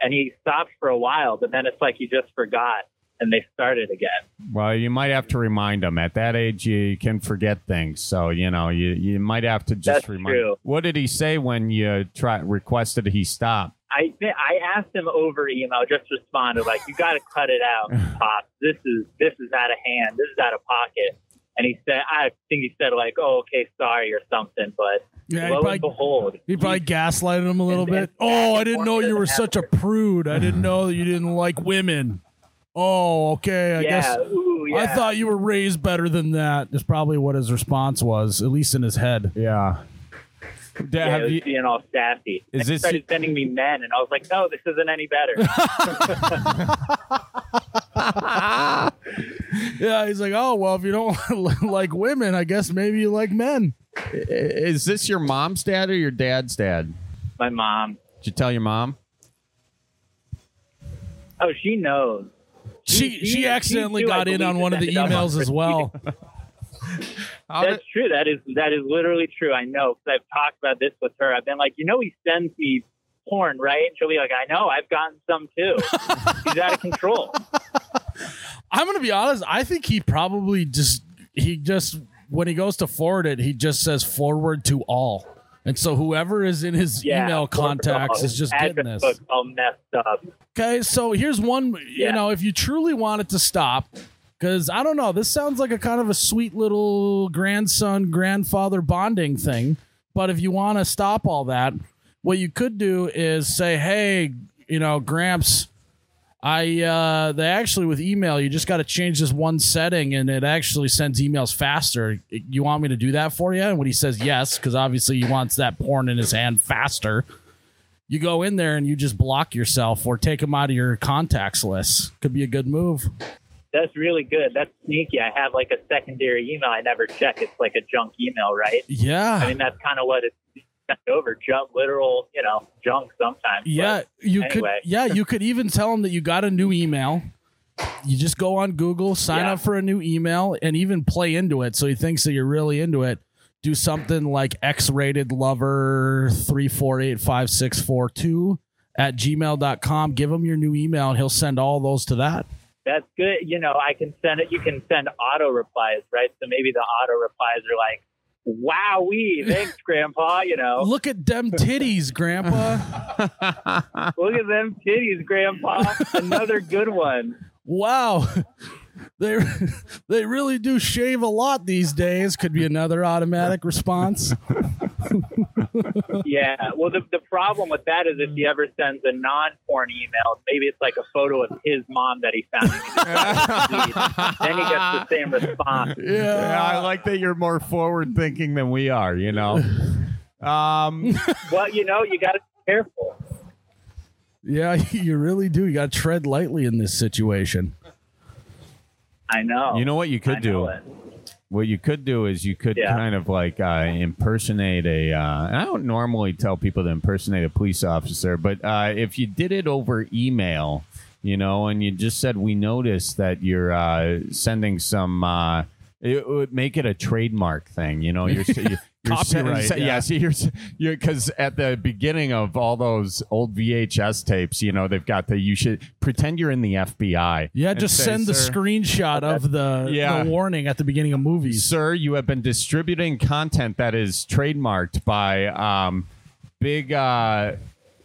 Speaker 5: and he stopped for a while, but then it's like he just forgot, and they started again.
Speaker 2: well, you might have to remind them. At that age, you, you can forget things, so you know you you might have to just
Speaker 5: That's
Speaker 2: remind.
Speaker 5: true.
Speaker 2: What did he say when you try requested he stop?
Speaker 5: I thi- I asked him over email, just responded like, "You got to cut it out, Pop. This is this is out of hand. This is out of pocket." And he said, "I think he said like, oh, okay, sorry or something." But
Speaker 1: Yeah, he
Speaker 5: lo
Speaker 1: probably-
Speaker 5: and behold,
Speaker 1: He probably gaslighted him a little
Speaker 5: And- and-
Speaker 1: bit. Oh, I didn't know you were such a prude. I didn't know that you didn't like women. Oh, okay. I
Speaker 5: yeah,
Speaker 1: guess
Speaker 5: ooh, yeah.
Speaker 1: I thought you were raised better than that. Is probably what his response was, at least in his head.
Speaker 2: Yeah.
Speaker 5: yeah,
Speaker 2: have
Speaker 5: it was
Speaker 2: you,
Speaker 5: being all sassy.
Speaker 2: Is
Speaker 5: And he
Speaker 2: this-
Speaker 5: started sending me men, and I was like, "No, this isn't any better."
Speaker 1: Yeah, he's like, oh well, if you don't like women, I guess maybe you like men.
Speaker 2: is this your mom's dad or your dad's dad?
Speaker 5: My mom,
Speaker 2: Did you tell your mom?
Speaker 5: oh, she knows.
Speaker 1: She
Speaker 5: She-
Speaker 1: she
Speaker 5: she
Speaker 1: accidentally
Speaker 5: too, I
Speaker 1: got in
Speaker 5: believe,
Speaker 1: on one of the
Speaker 5: ended up on
Speaker 1: emails as well.
Speaker 2: How
Speaker 5: That's true. That is that is literally true. I know because I've talked about this with her. I've been like, you know, he sends me porn, right? And she'll be like, I know, I've gotten some too. He's out of control.
Speaker 1: I'm gonna be honest. I think he probably just he just when he goes to forward it, he just says forward to all, and so whoever is in his
Speaker 5: Yeah,
Speaker 1: email contacts is just
Speaker 5: address
Speaker 1: getting this.
Speaker 5: book's all messed up.
Speaker 1: Okay, so here's one. You
Speaker 5: Yeah.
Speaker 1: know, if you truly want it to stop, because I don't know, this sounds like a kind of a sweet little grandson grandfather bonding thing. But if you want to stop all that, what you could do is say, "Hey, you know, Gramps, I uh, they actually with email, you just got to change this one setting, and it actually sends emails faster. You want me to do that for you?" And when he says yes, because obviously he wants that porn in his hand faster you go in there and you just block yourself or take them out of your contacts list. Could be a good move.
Speaker 5: That's really good. That's sneaky. I have like a secondary email. I never check. It's like a junk email, right?
Speaker 1: Yeah.
Speaker 5: I mean, that's kind of what it's sent over. Junk, literal, you know, junk sometimes. but-
Speaker 1: yeah, you could
Speaker 5: anyway.
Speaker 1: yeah, you could even tell them that you got a new email. You just go on Google, sign
Speaker 5: Yeah.
Speaker 1: up for a new email and even play into it so he thinks that you're really into it. Do something like X-rated lover 3485642 at gmail.com. Give him your new email and he'll send all those to that.
Speaker 5: That's good. You know, I can send it. You can send auto replies, right? So maybe the auto replies are like, "Wow, we thanks, Grandpa." You know,
Speaker 1: Look at them titties, grandpa.
Speaker 5: look at them titties, Grandpa. Another good one.
Speaker 1: Wow. They they really do shave a lot these days. Could be another automatic response.
Speaker 5: Yeah. Well, the the problem with that is if he ever sends a non-porn email, maybe it's like a photo of his mom that he found. then he gets the same response.
Speaker 2: Yeah, I like that you're more forward thinking than we are, you know. Um,
Speaker 5: Well, you know, you got to be careful.
Speaker 1: Yeah, you really do. You got to tread lightly in this situation.
Speaker 5: I know.
Speaker 2: you know what you
Speaker 5: I
Speaker 2: could do?
Speaker 5: know it.
Speaker 2: What you could do is you could
Speaker 5: Yeah.
Speaker 2: kind of like uh, impersonate a. Uh, and I don't normally tell people to impersonate a police officer, but uh, if you did it over email, you know, and you just said, "We noticed that you're uh, sending some," uh, it would make it a trademark thing, you know. You're, you're, you're
Speaker 1: Copyright,
Speaker 2: sending-
Speaker 1: yeah.
Speaker 2: yeah, see, you're you're because at the beginning of all those old VHS tapes, you know, they've got the you should pretend you're in the FBI.
Speaker 1: Yeah,
Speaker 2: and
Speaker 1: just
Speaker 2: say,
Speaker 1: send the
Speaker 2: "Sir,
Speaker 1: screenshot of the,
Speaker 2: Yeah.
Speaker 1: the warning at the beginning of movies.
Speaker 2: Sir, you have been distributing content that is trademarked by um, big. Uh,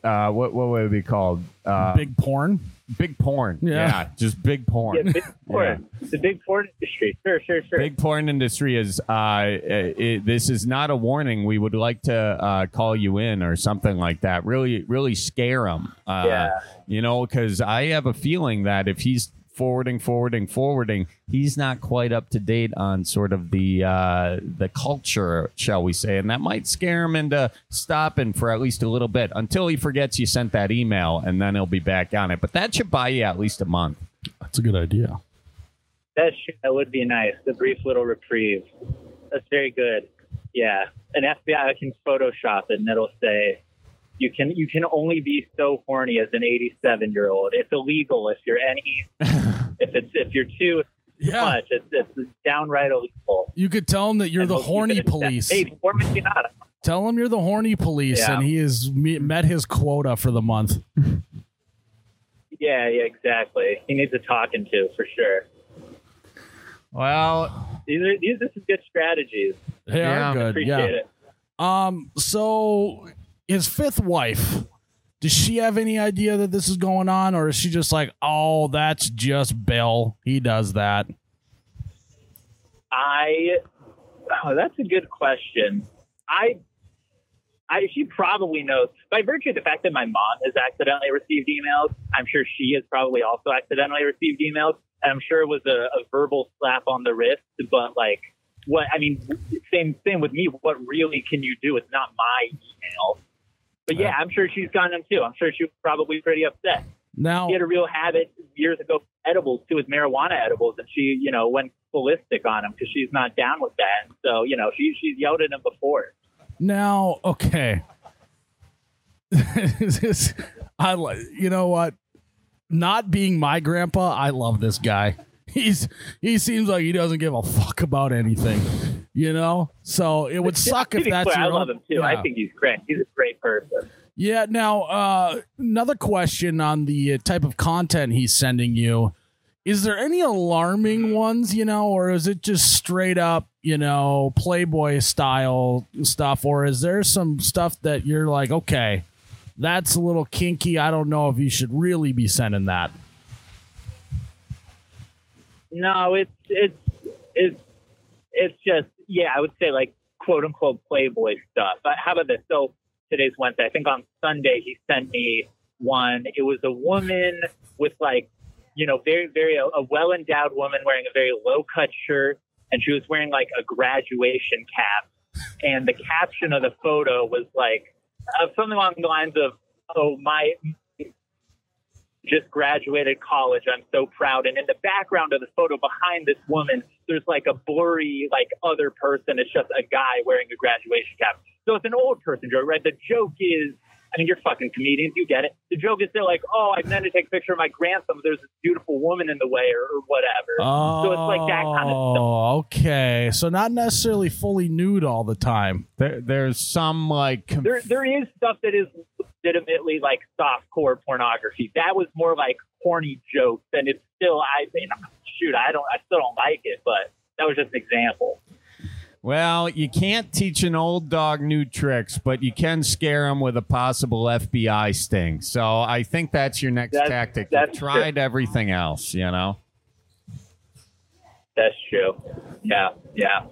Speaker 2: uh, what what would it be called? Uh, big,
Speaker 1: Big porn.
Speaker 2: porn.
Speaker 1: Yeah.
Speaker 2: just big porn.
Speaker 5: Yeah, big porn. The big porn industry. Sure, sure, sure.
Speaker 2: Big porn industry is. Uh, i i this is not a warning. We would like to uh, call you in or something like that. Really, really scare him. Uh,
Speaker 5: Yeah.
Speaker 2: You know, because I have a feeling that if he's forwarding, forwarding, forwarding, he's not quite up to date on sort of the uh, the culture, shall we say, and that might scare him into stopping for at least a little bit until he forgets you sent that email, and then he'll be back on it. But that should buy you at least a month.
Speaker 1: That's a good idea.
Speaker 5: That sh- that would be nice. The brief little reprieve. That's very good. Yeah, an FBI can Photoshop it and it'll say You can you can only be so horny as an 87 year old. It's illegal if you're any if it's if you're too
Speaker 1: Yeah.
Speaker 5: much. It's, it's downright illegal.
Speaker 1: You could tell him that you're
Speaker 5: And
Speaker 1: the
Speaker 5: most people
Speaker 1: horny
Speaker 5: just say,
Speaker 1: police.
Speaker 5: Hey, before Machinada.
Speaker 1: Tell him you're the horny police,
Speaker 5: Yeah.
Speaker 1: and he has me- met his quota for the month.
Speaker 5: Yeah, yeah, exactly. He needs a talking to for sure.
Speaker 2: Well,
Speaker 5: These are these are some good strategies.
Speaker 1: They
Speaker 2: Yeah.
Speaker 1: are good.
Speaker 5: Appreciate
Speaker 1: Yeah.
Speaker 5: it.
Speaker 1: Um. So his fifth wife. Does she have any idea that this is going on, or is she just like, "Oh, that's just Bill. He does that."
Speaker 5: I oh, that's a good question. I I she probably knows by virtue of the fact that my mom has accidentally received emails. I'm sure she has probably also accidentally received emails. And I'm sure it was a, a verbal slap on the wrist, but like what I mean, same thing with me. What really can you do? It's not my email. But yeah, I'm sure she's gotten them too. I'm sure she was probably pretty upset
Speaker 1: Now,
Speaker 5: he had a real habit years ago edibles too his marijuana edibles and she you know went ballistic on him because she's not down with that and so you know she she's yelled at him before
Speaker 1: now, okay. This is- I li- you know what? Not being my grandpa, I love this guy. He's he seems like he doesn't give a fuck about anything, you know. So it would suck
Speaker 5: To
Speaker 1: if
Speaker 5: be
Speaker 1: that's
Speaker 5: clear,
Speaker 1: your
Speaker 5: i love
Speaker 1: own-
Speaker 5: him too
Speaker 1: Yeah.
Speaker 5: i think he's great he's a great person
Speaker 1: Yeah. Now, uh, another question on the uh, type of content he's sending you. Is there any alarming ones, you know, or is it just straight up, you know, Playboy style stuff? Or is there some stuff that you're like, okay, that's a little kinky. I don't know if you should really be sending that.
Speaker 5: no it's it's it's it's just yeah i would say like quote unquote playboy stuff but how about this so today's wednesday i think on sunday he sent me one it was a woman with like you know very very a, a well endowed woman wearing a very low cut shirt and she was wearing like a graduation cap and the caption of the photo was like uh, something along the lines of oh my just graduated college i'm so proud and in the background of the photo behind this woman there's like a blurry like other person it's just a guy wearing a graduation cap so it's an old person joke right the joke is I mean, you're fucking comedians. You get it. The joke is they're like, oh, I meant to take a picture of my grandson. but There's this beautiful woman in the way or, or whatever.
Speaker 1: Oh,
Speaker 5: so it's like that kind of stuff.
Speaker 1: okay. So not necessarily fully nude all the time.
Speaker 2: there, there's some like conf-
Speaker 5: there there is stuff that is legitimately like softcore pornography. That was more like horny jokes, and it's still I mean, shoot, I don't I still don't like it, but that was just an example.
Speaker 2: Well, you can't teach an old dog new tricks, but you can scare him with a possible FBI sting. So I think that's your next
Speaker 5: That's-
Speaker 2: tactic.
Speaker 5: that's
Speaker 2: You've tried everything else, you know.
Speaker 5: That's true. Yeah, yeah,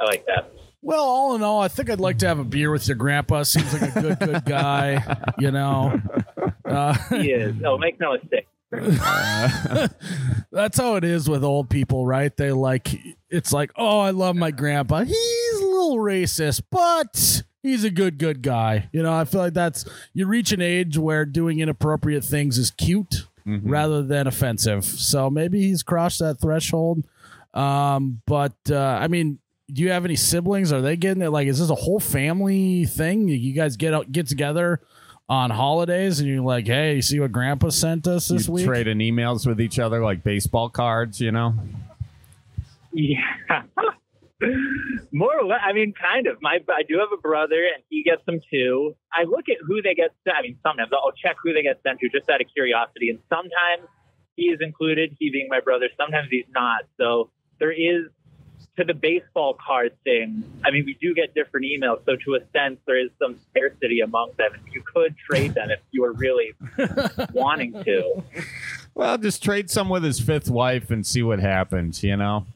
Speaker 5: I like that.
Speaker 1: Well, all in all, I think I'd like to have a beer with your grandpa. Seems like a good, good guy, you know. Uh,
Speaker 5: He is. Oh, make no mistake.
Speaker 1: that's how it is with old people, right? They like it's like, oh, I love my grandpa. He's a little racist, but he's a good, good guy. You know, I feel like that's you reach an age where doing inappropriate things is cute rather than offensive. So maybe he's crossed that threshold. Um, but uh, I mean, do you have any siblings? Are they getting it? Like, is this a whole family thing? You guys get out, get together on holidays, and you're like, hey, you see what Grandpa sent us this
Speaker 2: you
Speaker 1: week?
Speaker 2: trading emails with each other like baseball cards, you know.
Speaker 5: Yeah. More or less, I mean, kind of. My, I do have a brother, and he gets them too. I look at who they get. Sent. I mean, sometimes I'll check who they get sent to just out of curiosity. And sometimes he is included, he being my brother. Sometimes he's not. So there is to the baseball card thing. I mean, we do get different emails, so to a sense, there is some scarcity among them. You could trade them if you were really wanting to.
Speaker 2: Well, just trade some with his fifth wife and see what happens, you know.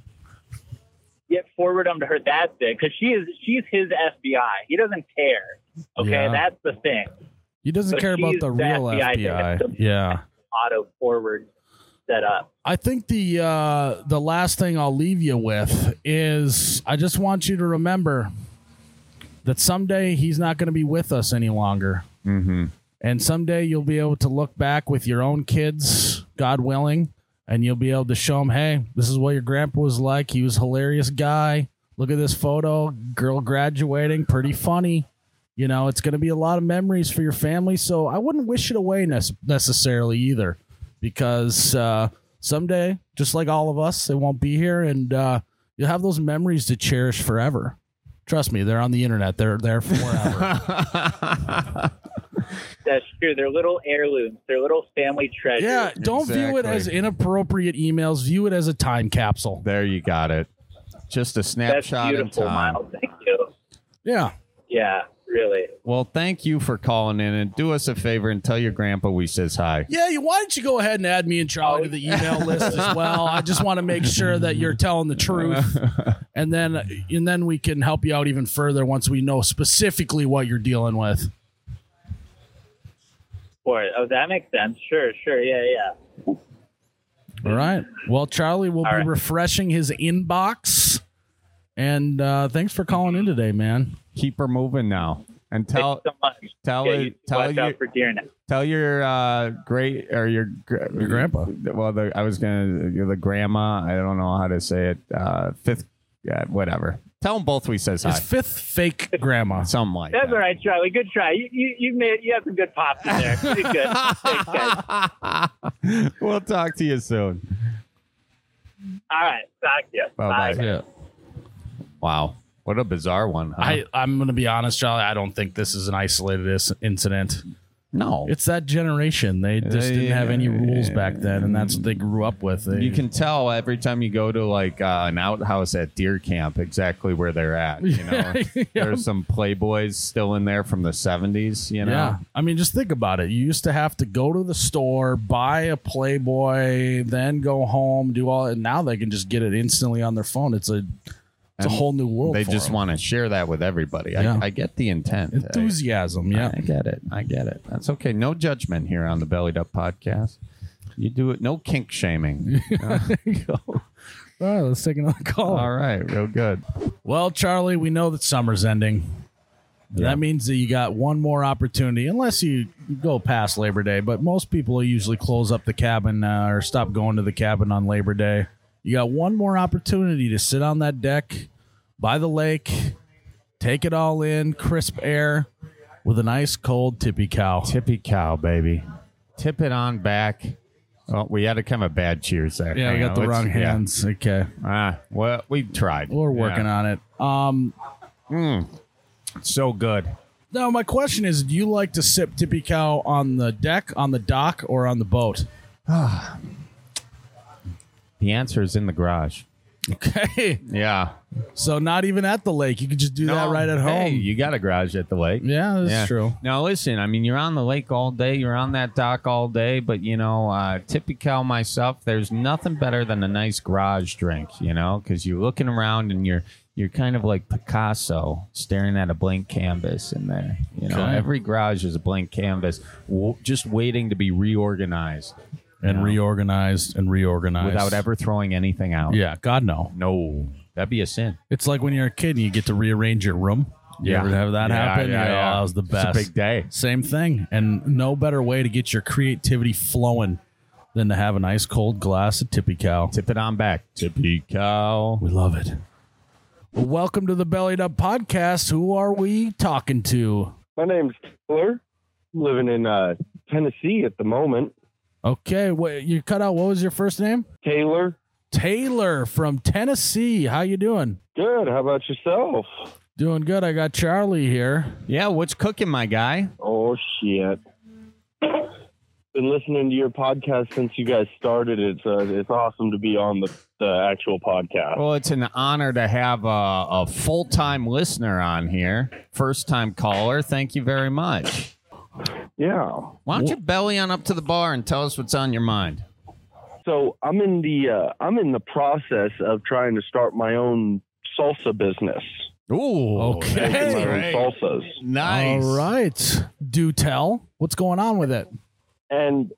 Speaker 5: get forward them to her. That's it, because she is she's his FBI. He doesn't care. Okay,
Speaker 1: Yeah.
Speaker 5: that's the thing.
Speaker 1: He doesn't
Speaker 5: So
Speaker 1: care about
Speaker 5: he's
Speaker 1: the
Speaker 5: the
Speaker 1: real
Speaker 5: FBI thing.
Speaker 1: FBI.
Speaker 5: That's the-
Speaker 1: Yeah.
Speaker 5: Auto forward setup.
Speaker 1: I think the uh, the last thing I'll leave you with is I just want you to remember that someday he's not going to be with us any longer,
Speaker 2: Mm-hmm.
Speaker 1: and someday you'll be able to look back with your own kids, God willing, and you'll be able to show them, hey, this is what your grandpa was like. He was a hilarious guy. Look at this photo, girl graduating, pretty funny. You know, it's going to be a lot of memories for your family. So I wouldn't wish it away ne- necessarily either, because uh, someday, just like all of us, they won't be here, and uh, you'll have those memories to cherish forever. Trust me, they're on the internet. They're there forever.
Speaker 5: That's true. They're little heirlooms. They're little family treasures.
Speaker 1: yeah, don't view it
Speaker 2: Exactly.
Speaker 1: as inappropriate emails. View it as a time capsule.
Speaker 2: there you got it. Just a
Speaker 5: That's
Speaker 2: snapshot in
Speaker 5: beautiful,
Speaker 2: time.
Speaker 5: Miles. Thank you.
Speaker 1: Yeah.
Speaker 5: Yeah, really.
Speaker 2: Well, thank you for calling in and do us a favor and tell your grandpa we says hi.
Speaker 1: Yeah, you, why don't you go ahead and add me and Charlie to the email list as well? I just want to make sure that you're telling the truth, and then and then we can help you out even further once we know specifically what you're dealing with.
Speaker 5: For it. Oh, that makes sense. Sure, sure. Yeah, yeah.
Speaker 1: All right. Well, Charlie will
Speaker 5: All
Speaker 1: be
Speaker 5: right.
Speaker 1: refreshing his inbox, and uh, thanks for calling in today, man.
Speaker 2: Keep her moving now. And tell
Speaker 5: Thanks so much.
Speaker 2: tell
Speaker 5: yeah,
Speaker 2: it-
Speaker 5: you need to
Speaker 2: tell
Speaker 5: watch
Speaker 2: your
Speaker 5: out for deer now.
Speaker 2: tell your uh, great or your gr-
Speaker 1: Your grandpa.
Speaker 2: Well, the, I was gonna you're the grandma. I don't know how to say it. Uh, fifth, yeah, whatever. Tell them both we says
Speaker 1: His
Speaker 2: hi.
Speaker 1: fifth fake grandma.
Speaker 2: Something like
Speaker 5: That's
Speaker 2: that.
Speaker 5: all right, Charlie. Good try. You you, you made you have some good pops in there. Pretty good. Thanks, guys.
Speaker 2: we'll talk to you soon.
Speaker 5: All right. Talk to you.
Speaker 2: Bye-bye. Wow, what a bizarre one. Huh?
Speaker 1: I, I'm going to be honest, Charlie. I don't think this is an isolated is- incident.
Speaker 2: no.
Speaker 1: It's that generation. They just didn't have any rules back then, and that's what they grew up with. They,
Speaker 2: you can tell every time you go to like uh, an outhouse at deer camp exactly where they're at. You know,
Speaker 1: Yeah.
Speaker 2: there's some playboys still in there from the 70s. You know,
Speaker 1: yeah. I mean, just think about it. You used to have to go to the store, buy a Playboy, then go home, do all, and now they can just get it instantly on their phone. It's a, it's a
Speaker 2: And
Speaker 1: whole new world.
Speaker 2: they
Speaker 1: for
Speaker 2: just
Speaker 1: them.
Speaker 2: want to share that with everybody.
Speaker 1: Yeah.
Speaker 2: I, I get the intent.
Speaker 1: enthusiasm.
Speaker 2: I,
Speaker 1: Yeah.
Speaker 2: I get it. I get it. That's okay. No judgment here on the Bellied Up podcast. You do it. No kink shaming.
Speaker 1: All right, let's take another call.
Speaker 2: All right, real good.
Speaker 1: Well, Charlie, we know that summer's ending. That means that you got one more opportunity, unless you go past Labor Day. But most people usually close up the cabin uh, or stop going to the cabin on Labor Day. You got one more opportunity to sit on that deck by the lake, take it all in, crisp air, with an ice cold tippy cow.
Speaker 2: Tippy cow, baby. Tip it on back. Oh, we had a kind of a bad cheers there.
Speaker 1: Yeah, I
Speaker 2: Hang
Speaker 1: got
Speaker 2: on,
Speaker 1: the
Speaker 2: let's-
Speaker 1: wrong
Speaker 2: yeah.
Speaker 1: hands. Okay,
Speaker 2: Ah, well, we tried.
Speaker 1: we're working on it. Um,
Speaker 2: on so good.
Speaker 1: Now, my question is: Do you like to sip tippy cow on the deck, on the dock, or on the boat?
Speaker 2: The answer is in the garage.
Speaker 1: Okay,
Speaker 2: Yeah,
Speaker 1: so not even at the lake. You could just do that
Speaker 2: No,
Speaker 1: right at
Speaker 2: Oh, hey,
Speaker 1: home.
Speaker 2: you got a garage at the lake.
Speaker 1: yeah, that's true.
Speaker 2: Now listen, I mean, you're on the lake all day, you're on that dock all day, but you know, uh, typical myself, there's nothing better than a nice garage drink, you know, because you're looking around and you're you're kind of like Picasso staring at a blank canvas in there. You know,
Speaker 1: Okay.
Speaker 2: every garage is a blank canvas, w- just waiting to be reorganized
Speaker 1: And
Speaker 2: Yeah.
Speaker 1: reorganized and reorganized
Speaker 2: without ever throwing anything out.
Speaker 1: Yeah, God no.
Speaker 2: No, that'd be a sin.
Speaker 1: It's like when you're a kid and you get to rearrange your room. You
Speaker 2: Yeah.
Speaker 1: ever have that
Speaker 2: Yeah,
Speaker 1: happen?
Speaker 2: yeah,
Speaker 1: Yeah,
Speaker 2: yeah.
Speaker 1: that was the
Speaker 2: It's a
Speaker 1: best.
Speaker 2: big day.
Speaker 1: Same thing, and no better way to get your creativity flowing than to have an ice cold glass of tippy cow.
Speaker 2: Tip it on back. Typical.
Speaker 1: We love it. Well, welcome to the Bellied Up Podcast. Who are we talking to?
Speaker 6: My name's Taylor. I'm living in uh, Tennessee at the moment.
Speaker 1: Okay, what you cut out? What was your first name?
Speaker 6: Taylor,
Speaker 1: Taylor from Tennessee. How you doing?
Speaker 6: good. How about yourself?
Speaker 1: Doing good. I got Charlie here.
Speaker 2: Yeah, what's cooking, my guy?
Speaker 6: Oh shit! Been listening to your podcast since you guys started. It's uh, it's awesome to be on the, the actual podcast.
Speaker 2: Well, it's an honor to have a, a full time listener on here, first time caller. Thank you very much.
Speaker 6: Yeah.
Speaker 2: Why don't you belly on up to the bar and tell us what's on your mind?
Speaker 6: So I'm in the uh, I'm in the process of trying to start my own salsa business.
Speaker 2: Ooh,
Speaker 1: Okay.
Speaker 6: My own salsas.
Speaker 2: nice.
Speaker 1: All right. Do tell. What's going on with it?
Speaker 6: and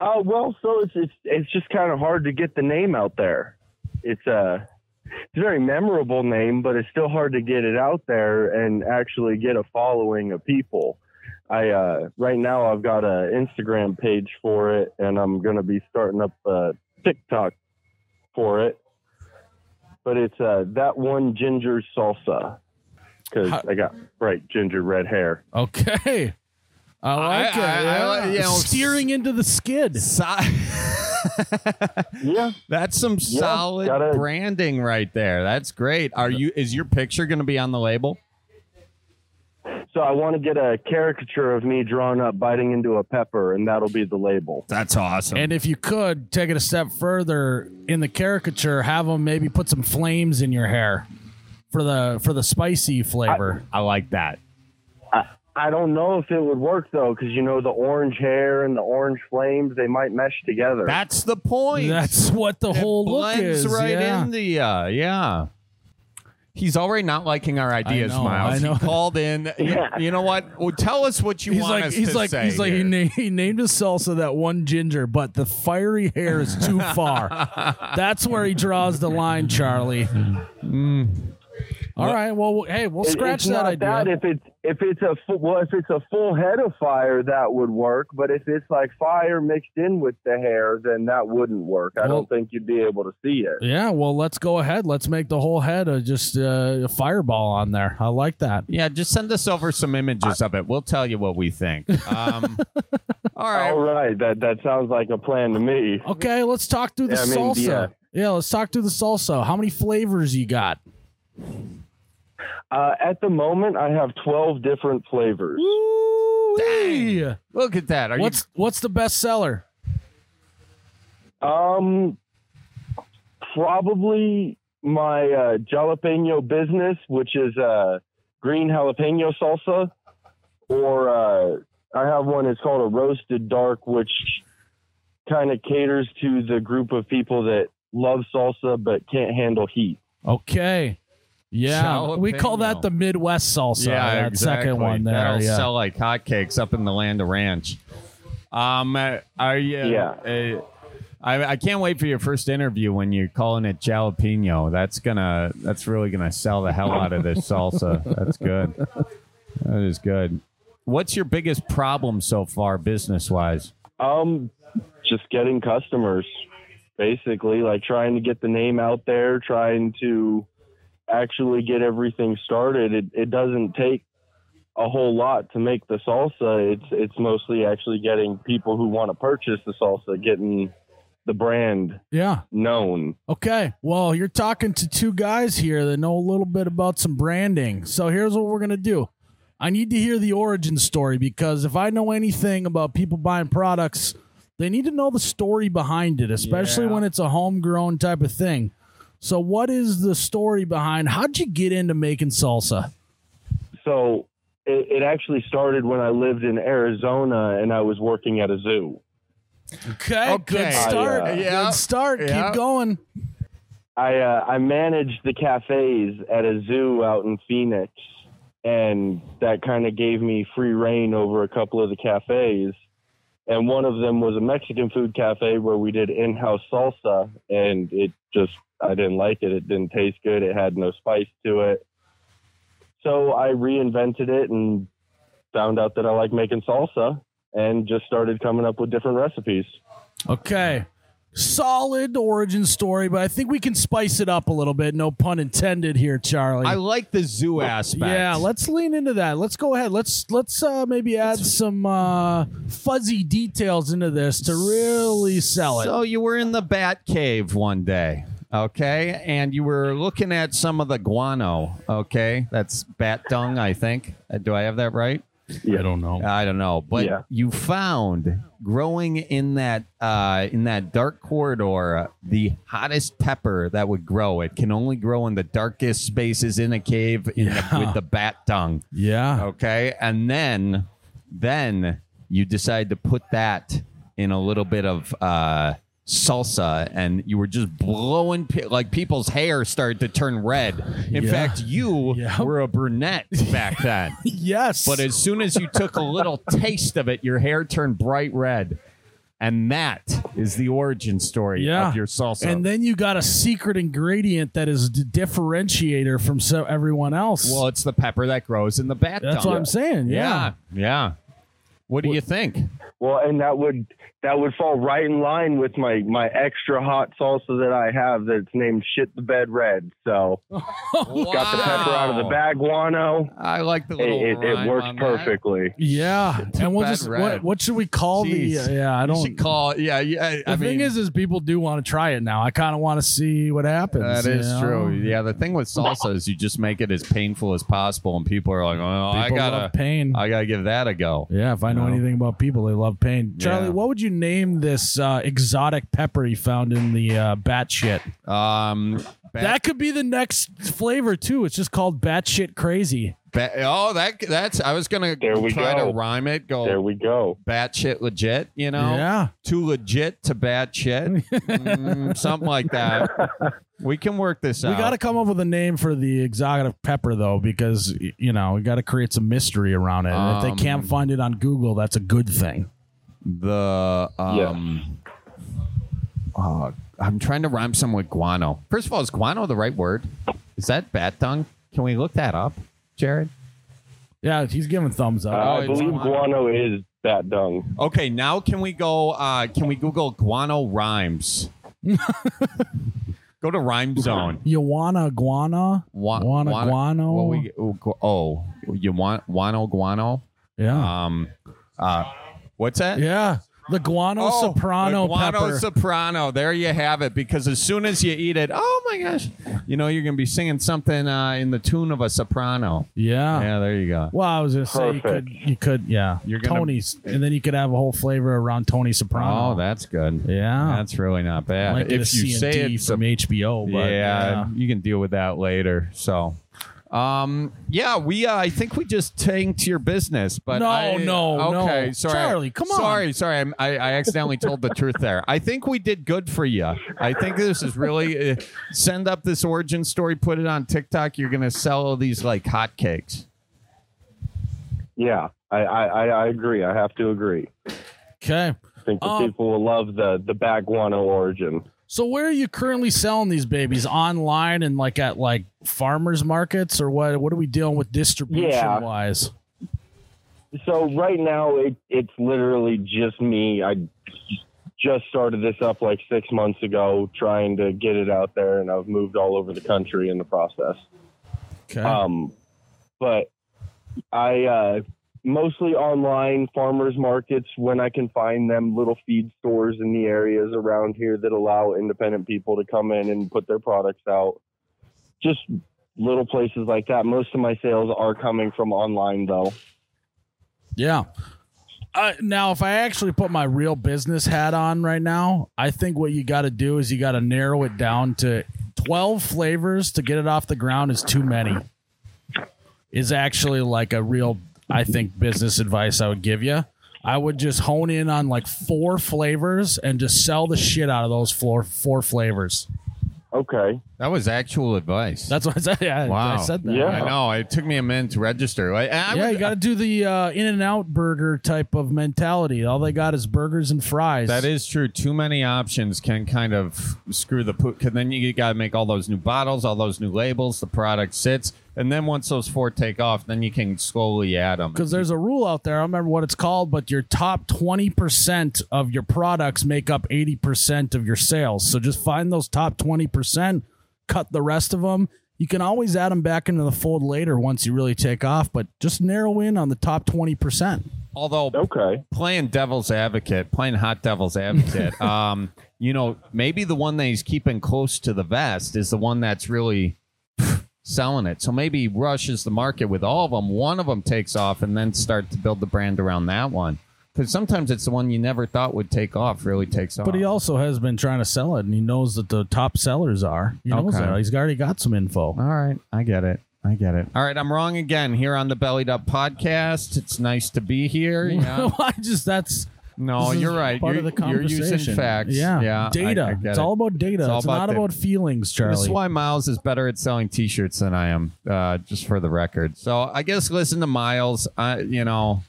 Speaker 6: uh, well, so it's it's it's just kind of hard to get the name out there. It's a it's a very memorable name, but it's still hard to get it out there and actually get a following of people. I uh, right now I've got a Instagram page for it, and I'm gonna be starting up a TikTok for it. But it's uh, that one ginger salsa. because
Speaker 1: How-
Speaker 6: I got bright ginger red hair.
Speaker 1: Okay. I like
Speaker 2: I-
Speaker 1: it.
Speaker 2: I- I like-
Speaker 1: yeah.
Speaker 2: you know,
Speaker 1: Steering into the skid.
Speaker 6: Yeah,
Speaker 2: That's some solid
Speaker 6: gotta-
Speaker 2: branding right there. That's great. Are you? Is your picture going to be on the label?
Speaker 6: so I want to get a caricature of me drawn up biting into a pepper, and that'll be the label.
Speaker 2: That's awesome.
Speaker 1: And if you could take it a step further in the caricature, have them maybe put some flames in your hair for the for the spicy flavor.
Speaker 2: I like that.
Speaker 6: I don't know if it would work though, because you know the orange hair and the orange flames they might mesh together.
Speaker 2: That's the point.
Speaker 1: That's what the
Speaker 2: It
Speaker 1: whole look
Speaker 2: blends
Speaker 1: is.
Speaker 2: right
Speaker 1: yeah.
Speaker 2: into you. Yeah. He's already not liking our ideas,
Speaker 1: know,
Speaker 2: Miles.
Speaker 1: I know.
Speaker 2: He called in.
Speaker 6: Yeah.
Speaker 2: You know what? Well, tell us what you
Speaker 1: He's
Speaker 2: want
Speaker 1: like,
Speaker 2: us
Speaker 1: he's
Speaker 2: to
Speaker 1: like,
Speaker 2: say.
Speaker 1: he's like, he,
Speaker 2: here.
Speaker 1: na- he named his salsa that one ginger, but the fiery hair is too far. That's where he draws the line, Charlie.
Speaker 2: Mm.
Speaker 1: All right, well, hey, we'll
Speaker 6: It-
Speaker 1: scratch
Speaker 6: it's
Speaker 1: that
Speaker 6: not
Speaker 1: idea.
Speaker 6: That if it's if it's a full, well, if it's a full head of fire, that would work. But if it's like fire mixed in with the hair, then that wouldn't work. I
Speaker 1: Well-
Speaker 6: don't think you'd be able to see it.
Speaker 1: Yeah, well, let's go ahead. Let's make the whole head a just uh, a fireball on there. I like that.
Speaker 2: yeah, just send us over some images of it. We'll tell you what we think. Um, all right.
Speaker 6: All right, that that sounds like a plan to me.
Speaker 1: Okay, let's talk through the
Speaker 6: Yeah, I mean,
Speaker 1: salsa.
Speaker 6: yeah.
Speaker 1: yeah, let's talk through the salsa. How many flavors you got?
Speaker 6: Uh, at the moment, I have twelve different flavors.
Speaker 1: Dang.
Speaker 2: Look at that. Are you
Speaker 1: What's what's the best seller?
Speaker 6: Um, probably my uh, jalapeno business, which is uh, green jalapeno salsa, or uh, I have one. It's called a roasted dark, which kind of caters to the group of people that love salsa but can't handle heat.
Speaker 1: Okay. Yeah, we call that
Speaker 2: Jalapeno.
Speaker 1: the Midwest salsa. that second one there.
Speaker 2: That'll
Speaker 1: yeah.
Speaker 2: sell like hotcakes up in the land of ranch. Um, uh, are you?
Speaker 6: Yeah.
Speaker 2: uh, I, I can't wait for your first interview when you're calling it jalapeno. That's gonna. That's really gonna sell the hell out of this salsa. That's good. That is good. What's your biggest problem so far, business wise?
Speaker 6: Um, just getting customers, basically, like trying to get the name out there, trying to actually get everything started. It it doesn't take a whole lot to make the salsa. It's it's mostly actually getting people who want to purchase the salsa, getting the brand
Speaker 1: yeah.
Speaker 6: known.
Speaker 1: Okay. Well, you're talking to two guys here that know a little bit about some branding. So here's what we're going to do I need to hear the origin story because if I know anything about people buying products, they need to know the story behind it, especially
Speaker 2: Yeah.
Speaker 1: when it's a homegrown type of thing. So, what is the story behind how'd you get into making salsa?
Speaker 6: So it, it actually started when I lived in Arizona and I was working at a zoo.
Speaker 1: Okay.
Speaker 2: Okay.
Speaker 1: Good start.
Speaker 6: I, uh,
Speaker 2: Yeah.
Speaker 1: Good start.
Speaker 2: Yeah.
Speaker 1: Keep going.
Speaker 6: I uh, I managed the cafes at a zoo out in Phoenix, and that kind of gave me free reign over a couple of the cafes. And one of them was a Mexican food cafe where we did in-house salsa, and it just I didn't like it. It didn't taste good. It had no spice to it. So I reinvented it and found out that I like making salsa, and just started coming up with different recipes.
Speaker 1: Okay. Solid origin story, but I think we can spice it up a little bit. No pun intended here, Charlie.
Speaker 2: I like the zoo aspect.
Speaker 1: Yeah, let's lean into that. Let's go ahead. Let's let's uh, maybe add some uh, fuzzy details into this to really sell it.
Speaker 2: So you were in the bat cave one day, okay, and you were looking at some of the guano, okay. That's bat dung, I think. Uh, Do I have that right?
Speaker 1: I don't know.
Speaker 2: I don't know, but
Speaker 6: Yeah.
Speaker 2: you found growing in that uh, in that dark corridor uh, the hottest pepper that would grow. It can only grow in the darkest spaces in a cave in the-
Speaker 1: Yeah.
Speaker 2: with the bat dung.
Speaker 1: Yeah.
Speaker 2: Okay. And then then you decide to put that in a little bit of uh salsa and you were just blowing pe- like people's hair started to turn red. In
Speaker 1: Yeah.
Speaker 2: fact, you
Speaker 1: Yeah.
Speaker 2: were a brunette back then.
Speaker 1: Yes.
Speaker 2: but as soon as you took a little taste of it, your hair turned bright red. And that is the origin story
Speaker 1: Yeah.
Speaker 2: of your salsa.
Speaker 1: and then you got a secret ingredient that is the differentiator from so everyone else.
Speaker 2: well, it's the pepper that grows in the bat.
Speaker 1: that's
Speaker 2: dung.
Speaker 1: what I'm saying. Yeah.
Speaker 2: Yeah. Yeah. What do you think?
Speaker 6: Well, and that would that would fall right in line with my my extra hot salsa that I have that's named shit the bed red. So got the pepper out of the bag guano.
Speaker 2: I like the
Speaker 6: It,
Speaker 2: little.
Speaker 6: it, it
Speaker 2: rhyme
Speaker 6: works
Speaker 2: on that.
Speaker 6: perfectly.
Speaker 1: Yeah, and we'll
Speaker 2: bad
Speaker 1: just
Speaker 2: red.
Speaker 1: what, what should we call
Speaker 2: Jeez.
Speaker 1: the? uh, Yeah, I
Speaker 2: You
Speaker 1: don't.
Speaker 2: should call. Yeah, yeah. I-
Speaker 1: the
Speaker 2: I
Speaker 1: thing
Speaker 2: mean,
Speaker 1: is, is people do want to try it now. I kind of want to see what happens.
Speaker 2: That is
Speaker 1: you know?
Speaker 2: true. Yeah, the thing with salsa is you just make it as painful as possible, and people are like, "Oh, I
Speaker 1: People love
Speaker 2: gotta,
Speaker 1: pain.
Speaker 2: I gotta give that a go."
Speaker 1: yeah, if I know
Speaker 2: No.
Speaker 1: anything about people, they love pain. Charlie,
Speaker 2: Yeah.
Speaker 1: what would you name this uh, exotic pepper you found in the uh, bat shit?
Speaker 2: Um, bat,
Speaker 1: That could be the next flavor too. It's just called bat shit crazy.
Speaker 2: bat- oh, that that's. I was gonna
Speaker 6: There we
Speaker 2: try
Speaker 6: go.
Speaker 2: to rhyme it. Go
Speaker 6: There we go.
Speaker 2: batshit legit, you know?
Speaker 1: Yeah,
Speaker 2: Too legit to batshit, mm, something like that. We can work this out.
Speaker 1: we got to come up with a name for the exotic pepper though, because y- you know we got to create some mystery around it. And if
Speaker 2: Um,
Speaker 1: they can't find it on Google, that's a good thing.
Speaker 2: the um uh, I'm trying to rhyme some with guano. First of all, is guano the right word? Is that bat dung? Can we look that up, Jared?
Speaker 1: Yeah, he's giving thumbs up.
Speaker 6: Uh,
Speaker 2: Oh,
Speaker 6: I
Speaker 2: it's
Speaker 6: believe
Speaker 2: guano.
Speaker 6: guano is that dung.
Speaker 2: Okay, now can we go uh can we Google guano rhymes? go to rhyme zone.
Speaker 1: You wanna guana?
Speaker 2: Wa-
Speaker 1: Wanna guano?
Speaker 2: Well, we, oh, gu- oh, you want guano guano?
Speaker 1: Yeah.
Speaker 2: Um uh what's that?
Speaker 1: yeah. The guano
Speaker 2: Oh,
Speaker 1: soprano
Speaker 2: the guano
Speaker 1: pepper.
Speaker 2: soprano. There you have it. Because as soon as you eat it, oh my gosh, you know you're gonna be singing something uh, in the tune of a soprano.
Speaker 1: yeah.
Speaker 2: Yeah, there you go.
Speaker 1: Well, I was gonna say you could,
Speaker 6: Perfect.
Speaker 1: you could, yeah.
Speaker 2: You're gonna-
Speaker 1: Tony's, and then you could have a whole flavor around Tony Soprano.
Speaker 2: Oh, that's good.
Speaker 1: yeah.
Speaker 2: That's really not
Speaker 1: I
Speaker 2: bad.
Speaker 1: might get
Speaker 2: if
Speaker 1: a
Speaker 2: you
Speaker 1: C and
Speaker 2: say
Speaker 1: D
Speaker 2: it's
Speaker 1: from
Speaker 2: a,
Speaker 1: HBO, but uh,
Speaker 2: yeah,
Speaker 1: yeah,
Speaker 2: you can deal with that later. So. Um. Yeah, we. Uh, I think we just tanked your business, but
Speaker 1: No,
Speaker 2: I-
Speaker 1: no, no.
Speaker 2: Okay, sorry,
Speaker 1: Charlie, come on.
Speaker 2: Sorry, sorry. I'm- I, I accidentally told the truth there. I think we did good for you. I think this is really uh, send up this origin story, put it on TikTok. You're gonna sell these like hotcakes.
Speaker 6: Yeah, I, I, I I agree. I have to agree.
Speaker 1: Okay.
Speaker 6: I think the
Speaker 2: Oh.
Speaker 1: Um,
Speaker 6: people will love the the bag guano origin.
Speaker 1: So where are you currently selling these babies? Online and like at like farmers markets or what? What are we dealing with distribution
Speaker 6: Yeah.
Speaker 1: wise?
Speaker 6: so right now it, it's literally just me i just started this up like six months ago trying to get it out there and i've moved all over the country in the process
Speaker 1: Okay.
Speaker 2: Uh,
Speaker 6: um, but i uh, mostly online farmers markets when i can find them little feed stores in the areas around here that allow independent people to come in and put their products out just little places like that most of my sales are coming from online though
Speaker 1: Yeah. Uh, now, if I actually put my real business hat on right now, I think what you got to do is you got to narrow it down to 12 flavors to get it off the ground is too many. Is actually like a real, I think, business advice I would give you. I would just hone in on like four flavors and just sell the shit out of those four four flavors.
Speaker 6: okay
Speaker 2: That was actual advice.
Speaker 1: That's what I said. Yeah,
Speaker 2: Wow.
Speaker 1: I said that.
Speaker 6: Yeah.
Speaker 2: I know. It took me a minute to register. I, I
Speaker 1: Yeah,
Speaker 2: would-
Speaker 1: you got to do the uh, in and out burger type of mentality. All they got is burgers and fries.
Speaker 2: That is true. Too many options can kind of screw the poop. Because then you got to make all those new bottles, all those new labels. The product sits, and then once those four take off, then you can slowly add them.
Speaker 1: because there's a rule out there. I don't remember what it's called, but your top 20% of your products make up 80% of your sales. So just find those top 20%, cut the rest of them. You can always add them back into the fold later once you really take off, but just narrow in on the top 20%.
Speaker 2: Although
Speaker 6: okay
Speaker 2: playing devil's advocate, playing hot devil's advocate, um, you know, maybe the one that he's keeping close to the vest is the one that's really selling it. So maybe he rushes the market with all of them. One of them takes off, and then start to build the brand around that one. Because sometimes it's the one you never thought would take off really takes off.
Speaker 1: But he also has been trying to sell it and he knows that the top sellers are. He knows
Speaker 2: Okay.
Speaker 1: that. He's already got some info.
Speaker 2: All right, I get it. I get it. All right, I'm wrong again here on the Bellied Up podcast. It's nice to be here. Yeah.
Speaker 1: I just, that's.
Speaker 2: No,
Speaker 1: This is
Speaker 2: you're right.
Speaker 1: Part of
Speaker 2: you're,
Speaker 1: the
Speaker 2: you're
Speaker 1: conversation.
Speaker 2: using facts.
Speaker 1: Yeah.
Speaker 2: yeah I-
Speaker 1: Data.
Speaker 2: I get
Speaker 1: it's
Speaker 2: it.
Speaker 1: all about data.
Speaker 2: It's
Speaker 1: It's,
Speaker 2: all about
Speaker 1: not
Speaker 2: data.
Speaker 1: about feelings, Charlie.
Speaker 2: This is why Miles is better at selling T-shirts than I am. Uh, just for the record. So I guess listen to Miles. I, you know,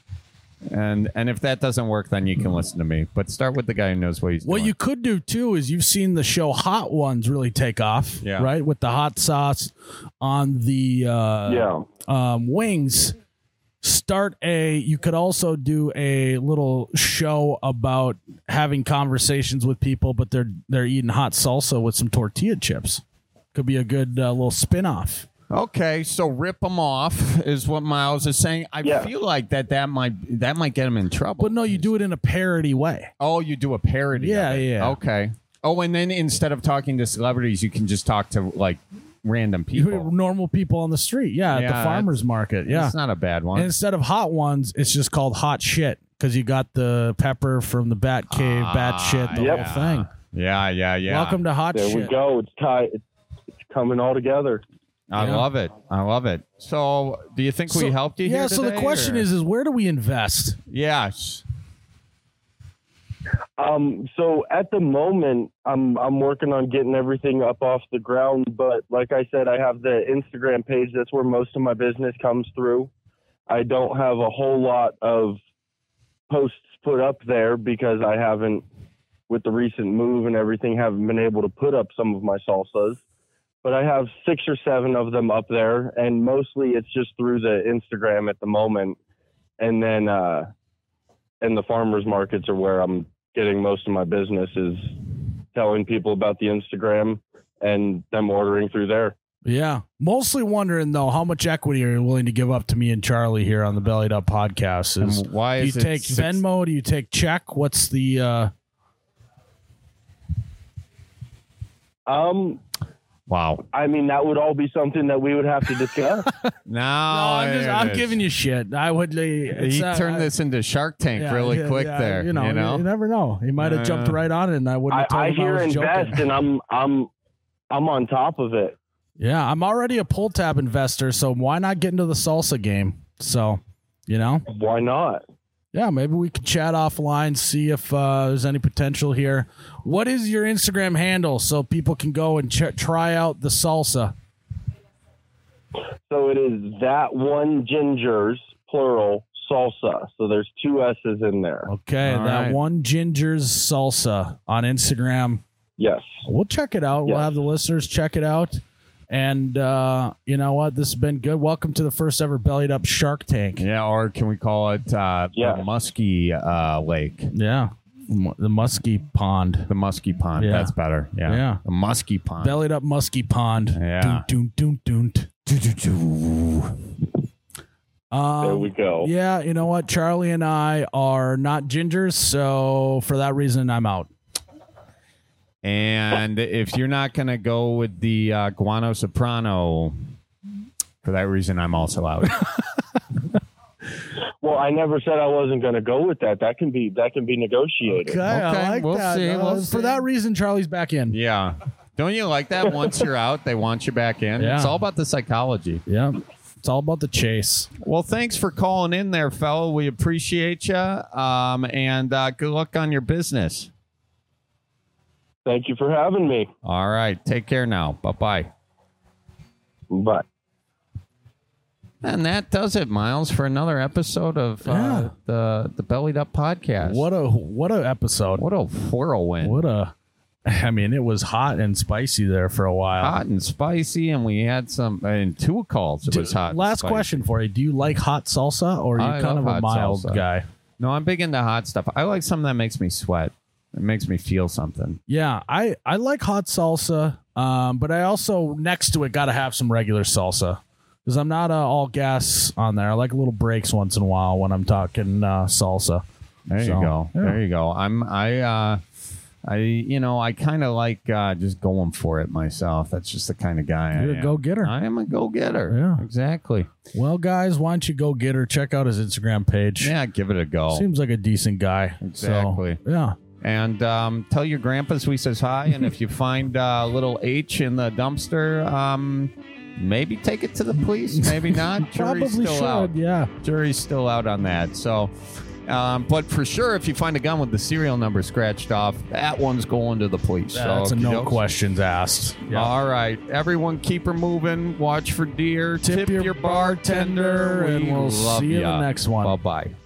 Speaker 2: and and if that doesn't work, then you can listen to me. But start with the guy who knows what he's
Speaker 1: What
Speaker 2: doing.
Speaker 1: you could do too is you've seen the show Hot Ones really take off,
Speaker 2: Yeah.
Speaker 1: right? With the hot sauce on the uh,
Speaker 6: yeah
Speaker 1: um, wings, start a you could also do a little show about having conversations with people but they're they're eating hot salsa with some tortilla chips could be a good uh, little spin-off
Speaker 2: Okay, so rip them off is what Miles is saying. I
Speaker 6: Yeah.
Speaker 2: feel like that that might that might get him in trouble.
Speaker 1: but no you do it in a parody way
Speaker 2: Oh, you do a parody. of
Speaker 1: Yeah,
Speaker 2: it.
Speaker 1: yeah.
Speaker 2: Okay. Oh, and then instead of talking to celebrities, you can just talk to like random people.
Speaker 1: normal people on the street yeah, at
Speaker 2: Yeah,
Speaker 1: the
Speaker 2: that's-
Speaker 1: farmers market yeah
Speaker 2: It's not a bad one.
Speaker 1: And instead of hot ones, it's just called hot shit because you got the pepper from the bat cave, bat
Speaker 2: Ah,
Speaker 1: shit, the
Speaker 6: Yep.
Speaker 1: whole thing.
Speaker 2: yeah, yeah, yeah.
Speaker 1: Welcome to hot
Speaker 6: There
Speaker 1: shit.
Speaker 6: we go. It's tight. It's, it's coming all together.
Speaker 2: I
Speaker 1: Yeah.
Speaker 2: love it. I love it. So, do you think
Speaker 1: So-
Speaker 2: we helped you?
Speaker 1: yeah.
Speaker 2: here
Speaker 1: so the
Speaker 2: today,
Speaker 1: question
Speaker 2: or-
Speaker 1: is, is where do we invest?
Speaker 2: yes.
Speaker 6: Um, so at the moment, I'm I'm working on getting everything up off the ground. But like I said, I have the Instagram page. That's where most of my business comes through. I don't have a whole lot of posts put up there because I haven't, with the recent move and everything, haven't been able to put up some of my salsas. But I have six or seven of them up there, and mostly it's just through the Instagram at the moment. And then, uh, and the farmers markets are where I'm getting most of my business is telling people about the Instagram and them ordering through there.
Speaker 1: Yeah. Mostly wondering though, how much equity are you willing to give up to me and Charlie here on the Bellied Up podcast? Is,
Speaker 2: And why
Speaker 1: do you
Speaker 2: is it
Speaker 1: take
Speaker 2: six-
Speaker 1: Venmo? Do you take check? What's the? uh
Speaker 6: Um,
Speaker 2: Wow.
Speaker 6: I mean, that would all be something that we would have to discuss.
Speaker 2: No,
Speaker 1: No, I'm, just, I'm giving you shit. I would. uh,
Speaker 2: He turned this into Shark Tank really quick. there,
Speaker 1: You know, you, never know. He might have
Speaker 2: Uh,
Speaker 1: jumped right on it, and I wouldn't
Speaker 6: I,
Speaker 1: have told
Speaker 6: I
Speaker 1: him
Speaker 6: hear
Speaker 1: I was joking.
Speaker 6: invest, and I'm I'm I'm on top of it.
Speaker 1: Yeah, I'm already a pull tab investor, so why not get into the salsa game? So, you know,
Speaker 6: Why not?
Speaker 1: yeah, maybe we could chat offline, see if uh, there's any potential here. What is your Instagram handle so people can go and ch- try out the salsa?
Speaker 6: So it is that one gingers plural salsa. So there's two s's in there.
Speaker 1: Okay,
Speaker 2: All
Speaker 1: that
Speaker 2: right.
Speaker 1: one ginger's salsa on Instagram.
Speaker 6: Yes.
Speaker 1: We'll check it out. We'll
Speaker 6: Yes.
Speaker 1: have the listeners check it out. And uh, you know what? This has been good. Welcome to the first ever bellied up Shark Tank.
Speaker 2: Yeah, or can we call it uh,
Speaker 6: Yeah.
Speaker 2: the Muskie uh, Lake?
Speaker 1: Yeah. Mu- The musky pond.
Speaker 2: The Muskie Pond.
Speaker 1: Yeah.
Speaker 2: That's better. Yeah.
Speaker 1: Yeah.
Speaker 2: The Muskie Pond.
Speaker 1: Bellied up musky pond.
Speaker 2: Yeah.
Speaker 1: Doon, doon, doon, doon. Um,
Speaker 6: There we go.
Speaker 1: Yeah, you know what? Charlie and I are not gingers, so for that reason, I'm out.
Speaker 2: and if you're not going to go with the uh, Guano Soprano, for that reason, I'm also out.
Speaker 6: Well, I never said I wasn't going to go with that. That can be that can be negotiated.
Speaker 2: I like we'll that. see, Uh, we'll
Speaker 1: for
Speaker 2: see.
Speaker 1: that reason, Charlie's back in.
Speaker 2: yeah. Don't you like that? Once you're out, they want you back in.
Speaker 1: Yeah.
Speaker 2: It's all about the psychology.
Speaker 1: Yeah. It's all about the chase.
Speaker 2: Well, thanks for calling in there, fellow. We appreciate you. Um, and uh, good luck on your business.
Speaker 6: Thank you for having me.
Speaker 2: All right. Take care now. Bye bye.
Speaker 6: Bye.
Speaker 2: And that does it, Miles, for another episode of uh,
Speaker 1: Yeah.
Speaker 2: the the Bellied Up podcast.
Speaker 1: What a what a episode.
Speaker 2: what a whirlwind!
Speaker 1: What a I mean, it was hot and spicy there for a while.
Speaker 2: Hot and spicy, and we had some and two calls. It was hot. and
Speaker 1: Last
Speaker 2: spicy.
Speaker 1: question for you. Do you like hot salsa or are you
Speaker 2: I
Speaker 1: kind
Speaker 2: love
Speaker 1: of a
Speaker 2: hot
Speaker 1: mild
Speaker 2: salsa.
Speaker 1: guy?
Speaker 2: No, I'm big into hot stuff. I like something that makes me sweat. It makes me feel something.
Speaker 1: Yeah, I I like hot salsa, um, but I also next to it got to have some regular salsa because I'm not uh, all gas on there. I like little breaks once in a while when I'm talking uh, salsa.
Speaker 2: There
Speaker 1: So,
Speaker 2: you go.
Speaker 1: yeah.
Speaker 2: There you go. I'm I uh I you know, I kind of like uh just going for it myself. That's just the kind of guy I
Speaker 1: You're a
Speaker 2: am.
Speaker 1: go-getter.
Speaker 2: I am a go-getter.
Speaker 1: Yeah.
Speaker 2: Exactly.
Speaker 1: Well, guys, why don't you go get her? Check out his Instagram page.
Speaker 2: Yeah, give it a go.
Speaker 1: Seems like a decent guy. So,
Speaker 2: Exactly.
Speaker 1: yeah.
Speaker 2: and um tell your grandpas we says hi and if you find uh little H in the dumpster, um maybe take it to the police, maybe not. Jury's
Speaker 1: Probably
Speaker 2: still
Speaker 1: should.
Speaker 2: out.
Speaker 1: Yeah.
Speaker 2: jury's still out on that. So, um, but for sure, if you find a gun with the serial number scratched off, that one's going to the police. So,
Speaker 1: That's a no
Speaker 2: okey-dokes.
Speaker 1: questions asked. Yeah.
Speaker 2: All right, everyone, keep her moving. Watch for deer.
Speaker 1: Tip your bartender, and we'll see you in the next one.
Speaker 2: Bye bye.